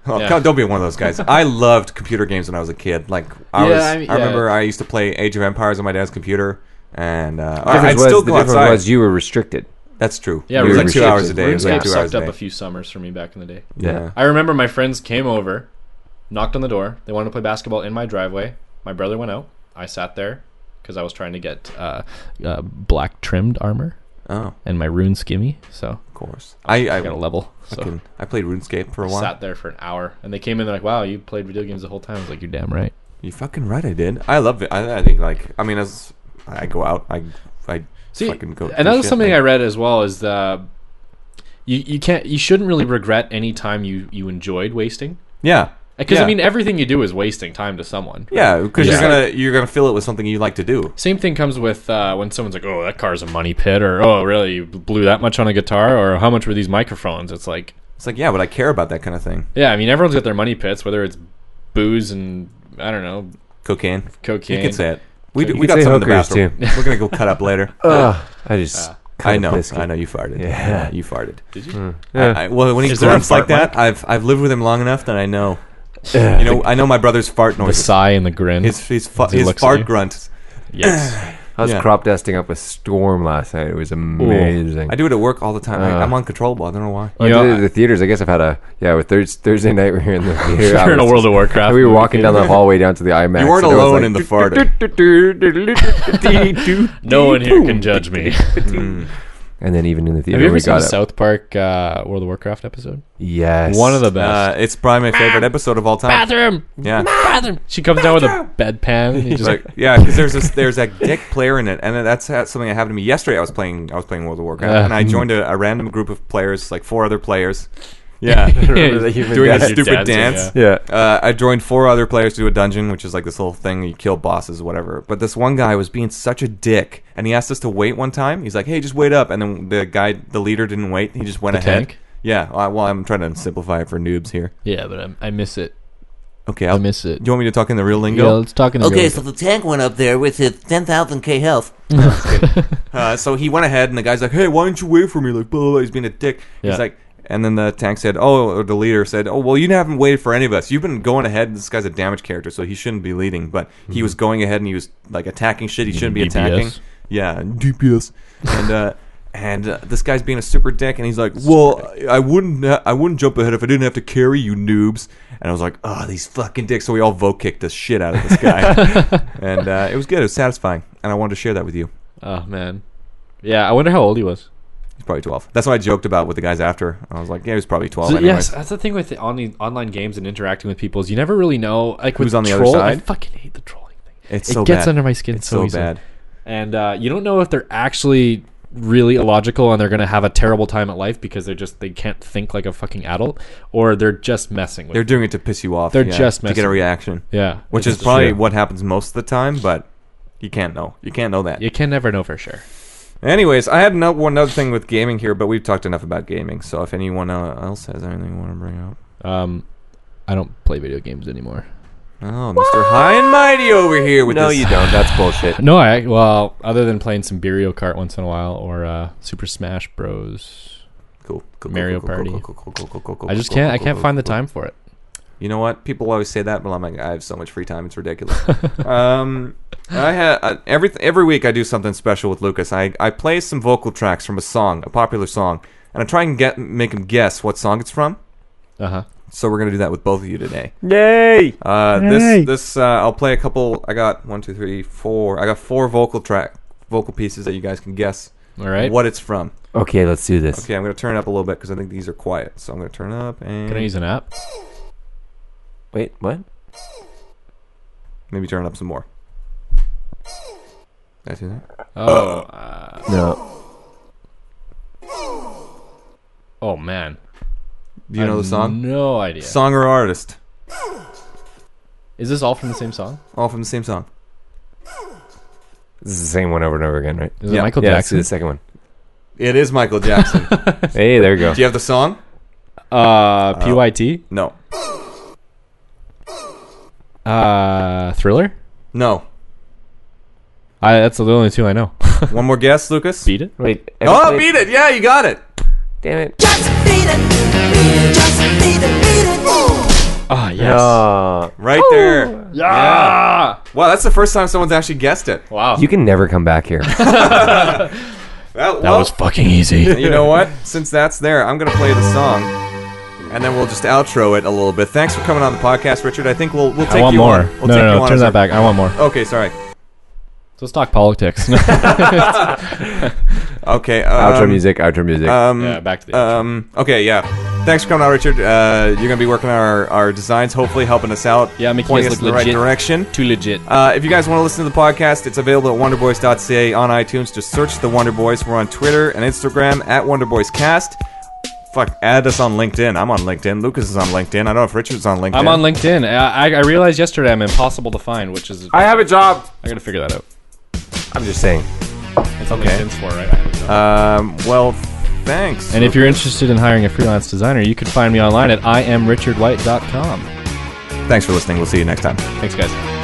A: Oh,
C: Yeah.
A: God, don't be one of those guys. I loved computer games when I was a kid. Like I
C: Yeah,
A: was, I,
C: I mean,
A: remember
C: yeah.
A: I used to play Age of Empires on my dad's computer, and uh,
B: The
A: I'd
B: difference was,
A: still
B: the
A: go
B: difference
A: outside.
B: was you were restricted.
A: That's true.
C: yeah.
A: it was like
B: RuneScape-
A: two hours a day. It was like
C: RuneScape
A: two hours
C: sucked
A: a
C: up
A: day.
C: a few summers for me back in the day.
A: yeah.
C: I remember my friends came over, knocked on the door. They wanted to play basketball in my driveway. My brother went out. I sat there because I was trying to get uh, uh, black trimmed armor
A: Oh,
C: and my rune skimmy. So
A: of course. I I,
C: I got a level. So
A: fucking- I played RuneScape for a while.
C: sat there for an hour, and they came in. They're like, "Wow, you played video games the whole time." I was like, "You're damn right."
A: You fucking right, I did. I love it. I, I think like I mean, as I go out, I I
C: See,
A: fucking go.
C: and that was something I read as well is the you you can't you shouldn't really regret any time you you enjoyed wasting
A: yeah.
C: because
A: yeah.
C: I mean everything you do is wasting time to someone.
A: yeah, because
C: Yeah.
A: you're gonna you're gonna fill it with something you like to do.
C: Same thing comes with uh, when someone's like, "Oh, that car's a money pit," or "Oh, really, you blew that much on a guitar," or "How much were these microphones?" It's like,
A: It's like yeah, but I care about that kind of thing.
C: yeah, I mean, everyone's got their money pits, whether it's booze and I don't know
A: Cocaine.
C: cocaine.
A: You can say it. We, do,
B: You
A: we
B: can
A: got
B: say
A: some in the
B: hookers,
A: bathroom. We're gonna go cut up later.
B: Ugh, I just. cut
A: I
B: a
A: know.
B: biscuit.
A: I know you farted.
B: Yeah.
A: you farted.
C: Did you?
B: Yeah.
A: I, well, when he
C: Is there a
A: grunts like
C: fart mic?
A: that, I've I've lived with him long enough that I know. You know, I know my brother's fart
C: The
A: noises.
C: sigh and the grin.
A: His his, fu-
C: He
A: his
C: looks at
A: fart
C: you.
A: grunts.
C: yes.
B: I was
A: Yeah.
B: crop dusting up a storm last night. It was amazing.
A: I do it at work all the time. I,
B: Uh.
A: I'm uncontrollable. I don't know why.
B: I
C: You
B: did
C: know,
B: it at the theaters. I guess I've had a yeah. With Thurs Thursday night, we were in the theater. I
C: You're in a
B: was-
C: World of Warcraft.
B: We were
C: movie
B: walking down the hallway down to the IMAX.
A: You weren't
B: and it was
A: alone
B: like-
A: in the farting.
C: No one here can judge me. Have
B: And then even in the theater,
C: you ever
B: we
C: seen
B: got
C: the
B: it.
C: South Park uh, World of Warcraft episode?
B: yes,
C: One of the best.
A: Uh, it's probably my favorite episode of all time.
H: Bathroom,
A: Yeah,
H: bathroom.
C: she comes down with a bedpan. And you just
A: like, yeah, because there's this, there's that dick player in it, and that's that's something that happened to me yesterday. I was playing I was playing World of Warcraft,
C: Uh.
A: and I joined a, a random group of players, like four other players. Yeah,
B: Remember the human
A: doing a
B: dad?
A: stupid
C: dancing,
A: dance.
B: yeah.
A: Uh, I joined four other players to do a dungeon, which is like this whole thing you kill bosses, whatever. But this one guy was being such a dick, and he asked us to wait one time. He's like, "Hey, just wait up," and then the guy, the leader, didn't wait. He just went
C: The
A: ahead.
C: tank?
A: Yeah. uh, Well, I'm trying to simplify it for noobs here.
C: yeah, but I, I miss it.
A: Okay, I'll,
G: miss it.
A: Do you want me to talk in the real
G: Yeah,
A: lingo?
G: let's talk in the
E: Okay,
G: real-
E: so the tank went up there with his 10,000 K health.
A: Uh, so he went ahead, and the guy's like, "Hey, why didn't you wait for me?" Like, blah, blah, blah. he's being a dick.
G: Yeah.
A: He's like, and then the tank said, "Oh," or the leader said, "Oh, well, you haven't waited for any of us. You've been going ahead. This guy's a damage character, so he shouldn't be leading, but he was going ahead and he was like attacking shit he shouldn't be
G: DPS.
A: attacking. Yeah, DPS. and uh, and uh, this guy's being a super dick, and he's like, "Well, I wouldn't, ha- I wouldn't jump ahead if I didn't have to carry you noobs." And I was like, "Oh, these fucking dicks!" So we all vote kicked the shit out of this guy, and uh, it was good. It was satisfying, and I wanted to share that with you.
C: Oh man. Yeah, I wonder how old he was.
A: He's probably 12. That's what I joked about with the guys after. I was like, yeah, he was probably 12.
C: So,
A: anyways.
C: yes, that's the thing with the on- online games and interacting with people is you never really know like
A: Who's
C: with
A: on the other
C: troll, I
A: side?
C: fucking hate the trolling thing.
A: It's
C: it
A: so
C: gets
A: bad.
C: under my skin
A: It's
C: so
A: so,
C: easily.
A: bad.
C: and uh, you don't know if they're actually really illogical and they're going to have a terrible time at life because they're just they can't think like a fucking adult or they're just messing with
A: They're doing it to piss you off.
C: They're
A: yeah,
C: just
A: to get
C: messing.
A: a reaction,
C: yeah
A: which
C: it's
A: is probably
C: true.
A: what happens most of the time, but you can't know. You can't know that.
C: you can never know for sure
A: Anyways, I had another one other thing with gaming here, but we've talked enough about gaming. So if anyone uh, else has anything you want to bring up,
G: Um, I don't play video games anymore.
A: oh, Mr. High and Mighty over here with
B: No,
A: this.
B: you don't. That's bullshit.
C: no i well other than playing some Mario Kart once in a while or uh, Super Smash Bros
A: Cool, cool,
C: Mario
A: cool, cool,
C: Party.
A: cool, cool, cool, cool, cool, cool, cool,
C: I just
A: cool,
C: can't I
A: cool,
C: can't
A: cool,
C: find the
A: cool.
C: time for it
A: You know what? People always say that, but I'm like, I have so much free time, it's ridiculous. um, I ha- uh, every every week I do something special with Lucas. I I play some vocal tracks from a song, a popular song, and I try and get make him guess what song it's from.
C: uh huh
A: So we're gonna do that with both of you today.
D: Yay!
A: Uh,
D: Yay.
A: this this uh, I'll play a couple. I got one, two, three, four. I got four vocal track vocal pieces that you guys can guess
C: all right
A: what it's from.
B: Okay, let's do this.
A: Okay, I'm gonna turn it up a little bit because I think these are quiet. So I'm gonna turn it up and
C: can I use an app
B: Wait, what?
A: maybe turn it up some more. Did I do that?
C: oh
B: No.
C: oh man
A: Do you know the song?
C: no idea
A: Song or artist?
C: is this all from the same song
A: All from the same song.
B: This is the same one over and over again, right?
C: is it
A: Yeah,
C: Michael
B: yeah, let's do
C: Jackson
B: the second one.
A: It is Michael Jackson. Do
B: Hey, there you go.
A: you have the song?
C: uh PYT
A: No.
C: uh Thriller
A: No.
C: I, that's the only two I know.
A: One more guess, Lucas.
C: Beat it.
B: Wait.
A: oh,
B: everybody-
A: beat it! Yeah, you got it.
B: Damn it.
C: Ah, yes.
B: Uh,
A: Right there. Yeah. Wow, that's the first time someone's actually guessed it.
C: Wow.
B: you can never come back here.
A: That,
G: That was fucking easy.
A: You know what? Since that's there, I'm gonna play the song, and then we'll just outro it a little bit. Thanks for coming on the podcast, Richard. I think we'll we'll take
C: I want
A: you
C: more.
A: on. We'll
C: no,
A: take
C: no,
A: you
C: no.
A: on
C: Turn
A: as
C: that
A: our-
C: back. I want more.
A: Okay, sorry.
C: So let's talk politics.
A: Okay.
B: outro
A: um,
B: music, outro music.
A: Um,
C: Yeah, back to the
A: um, okay, yeah. Thanks for coming out, Richard. Uh, you're gonna be working on our, our designs, hopefully helping us out.
C: Yeah, making
A: pointing
C: us
A: us in
C: look
A: the
C: legit.
A: right direction.
C: Too legit.
A: Uh, if you guys want to listen to the podcast, it's available at wonderboys.ca on iTunes. Just search the Wonder Boys. We're on Twitter and Instagram at WonderboysCast. Fuck, add us on LinkedIn. I'm on LinkedIn. Lucas is on LinkedIn. I don't know if Richard's on LinkedIn.
C: I'm on LinkedIn. I, I, I realized yesterday I'm impossible to find, which is I,
B: have a job.
C: gotta figure that out.
B: I'm just saying.
C: That's what LinkedIn's for, right? I have a job.
A: Um, well, thanks.
C: and if you're interested in hiring a freelance designer, you can find me online at imrichardwhite.com.
A: thanks for listening. We'll see you next time.
C: Thanks, guys.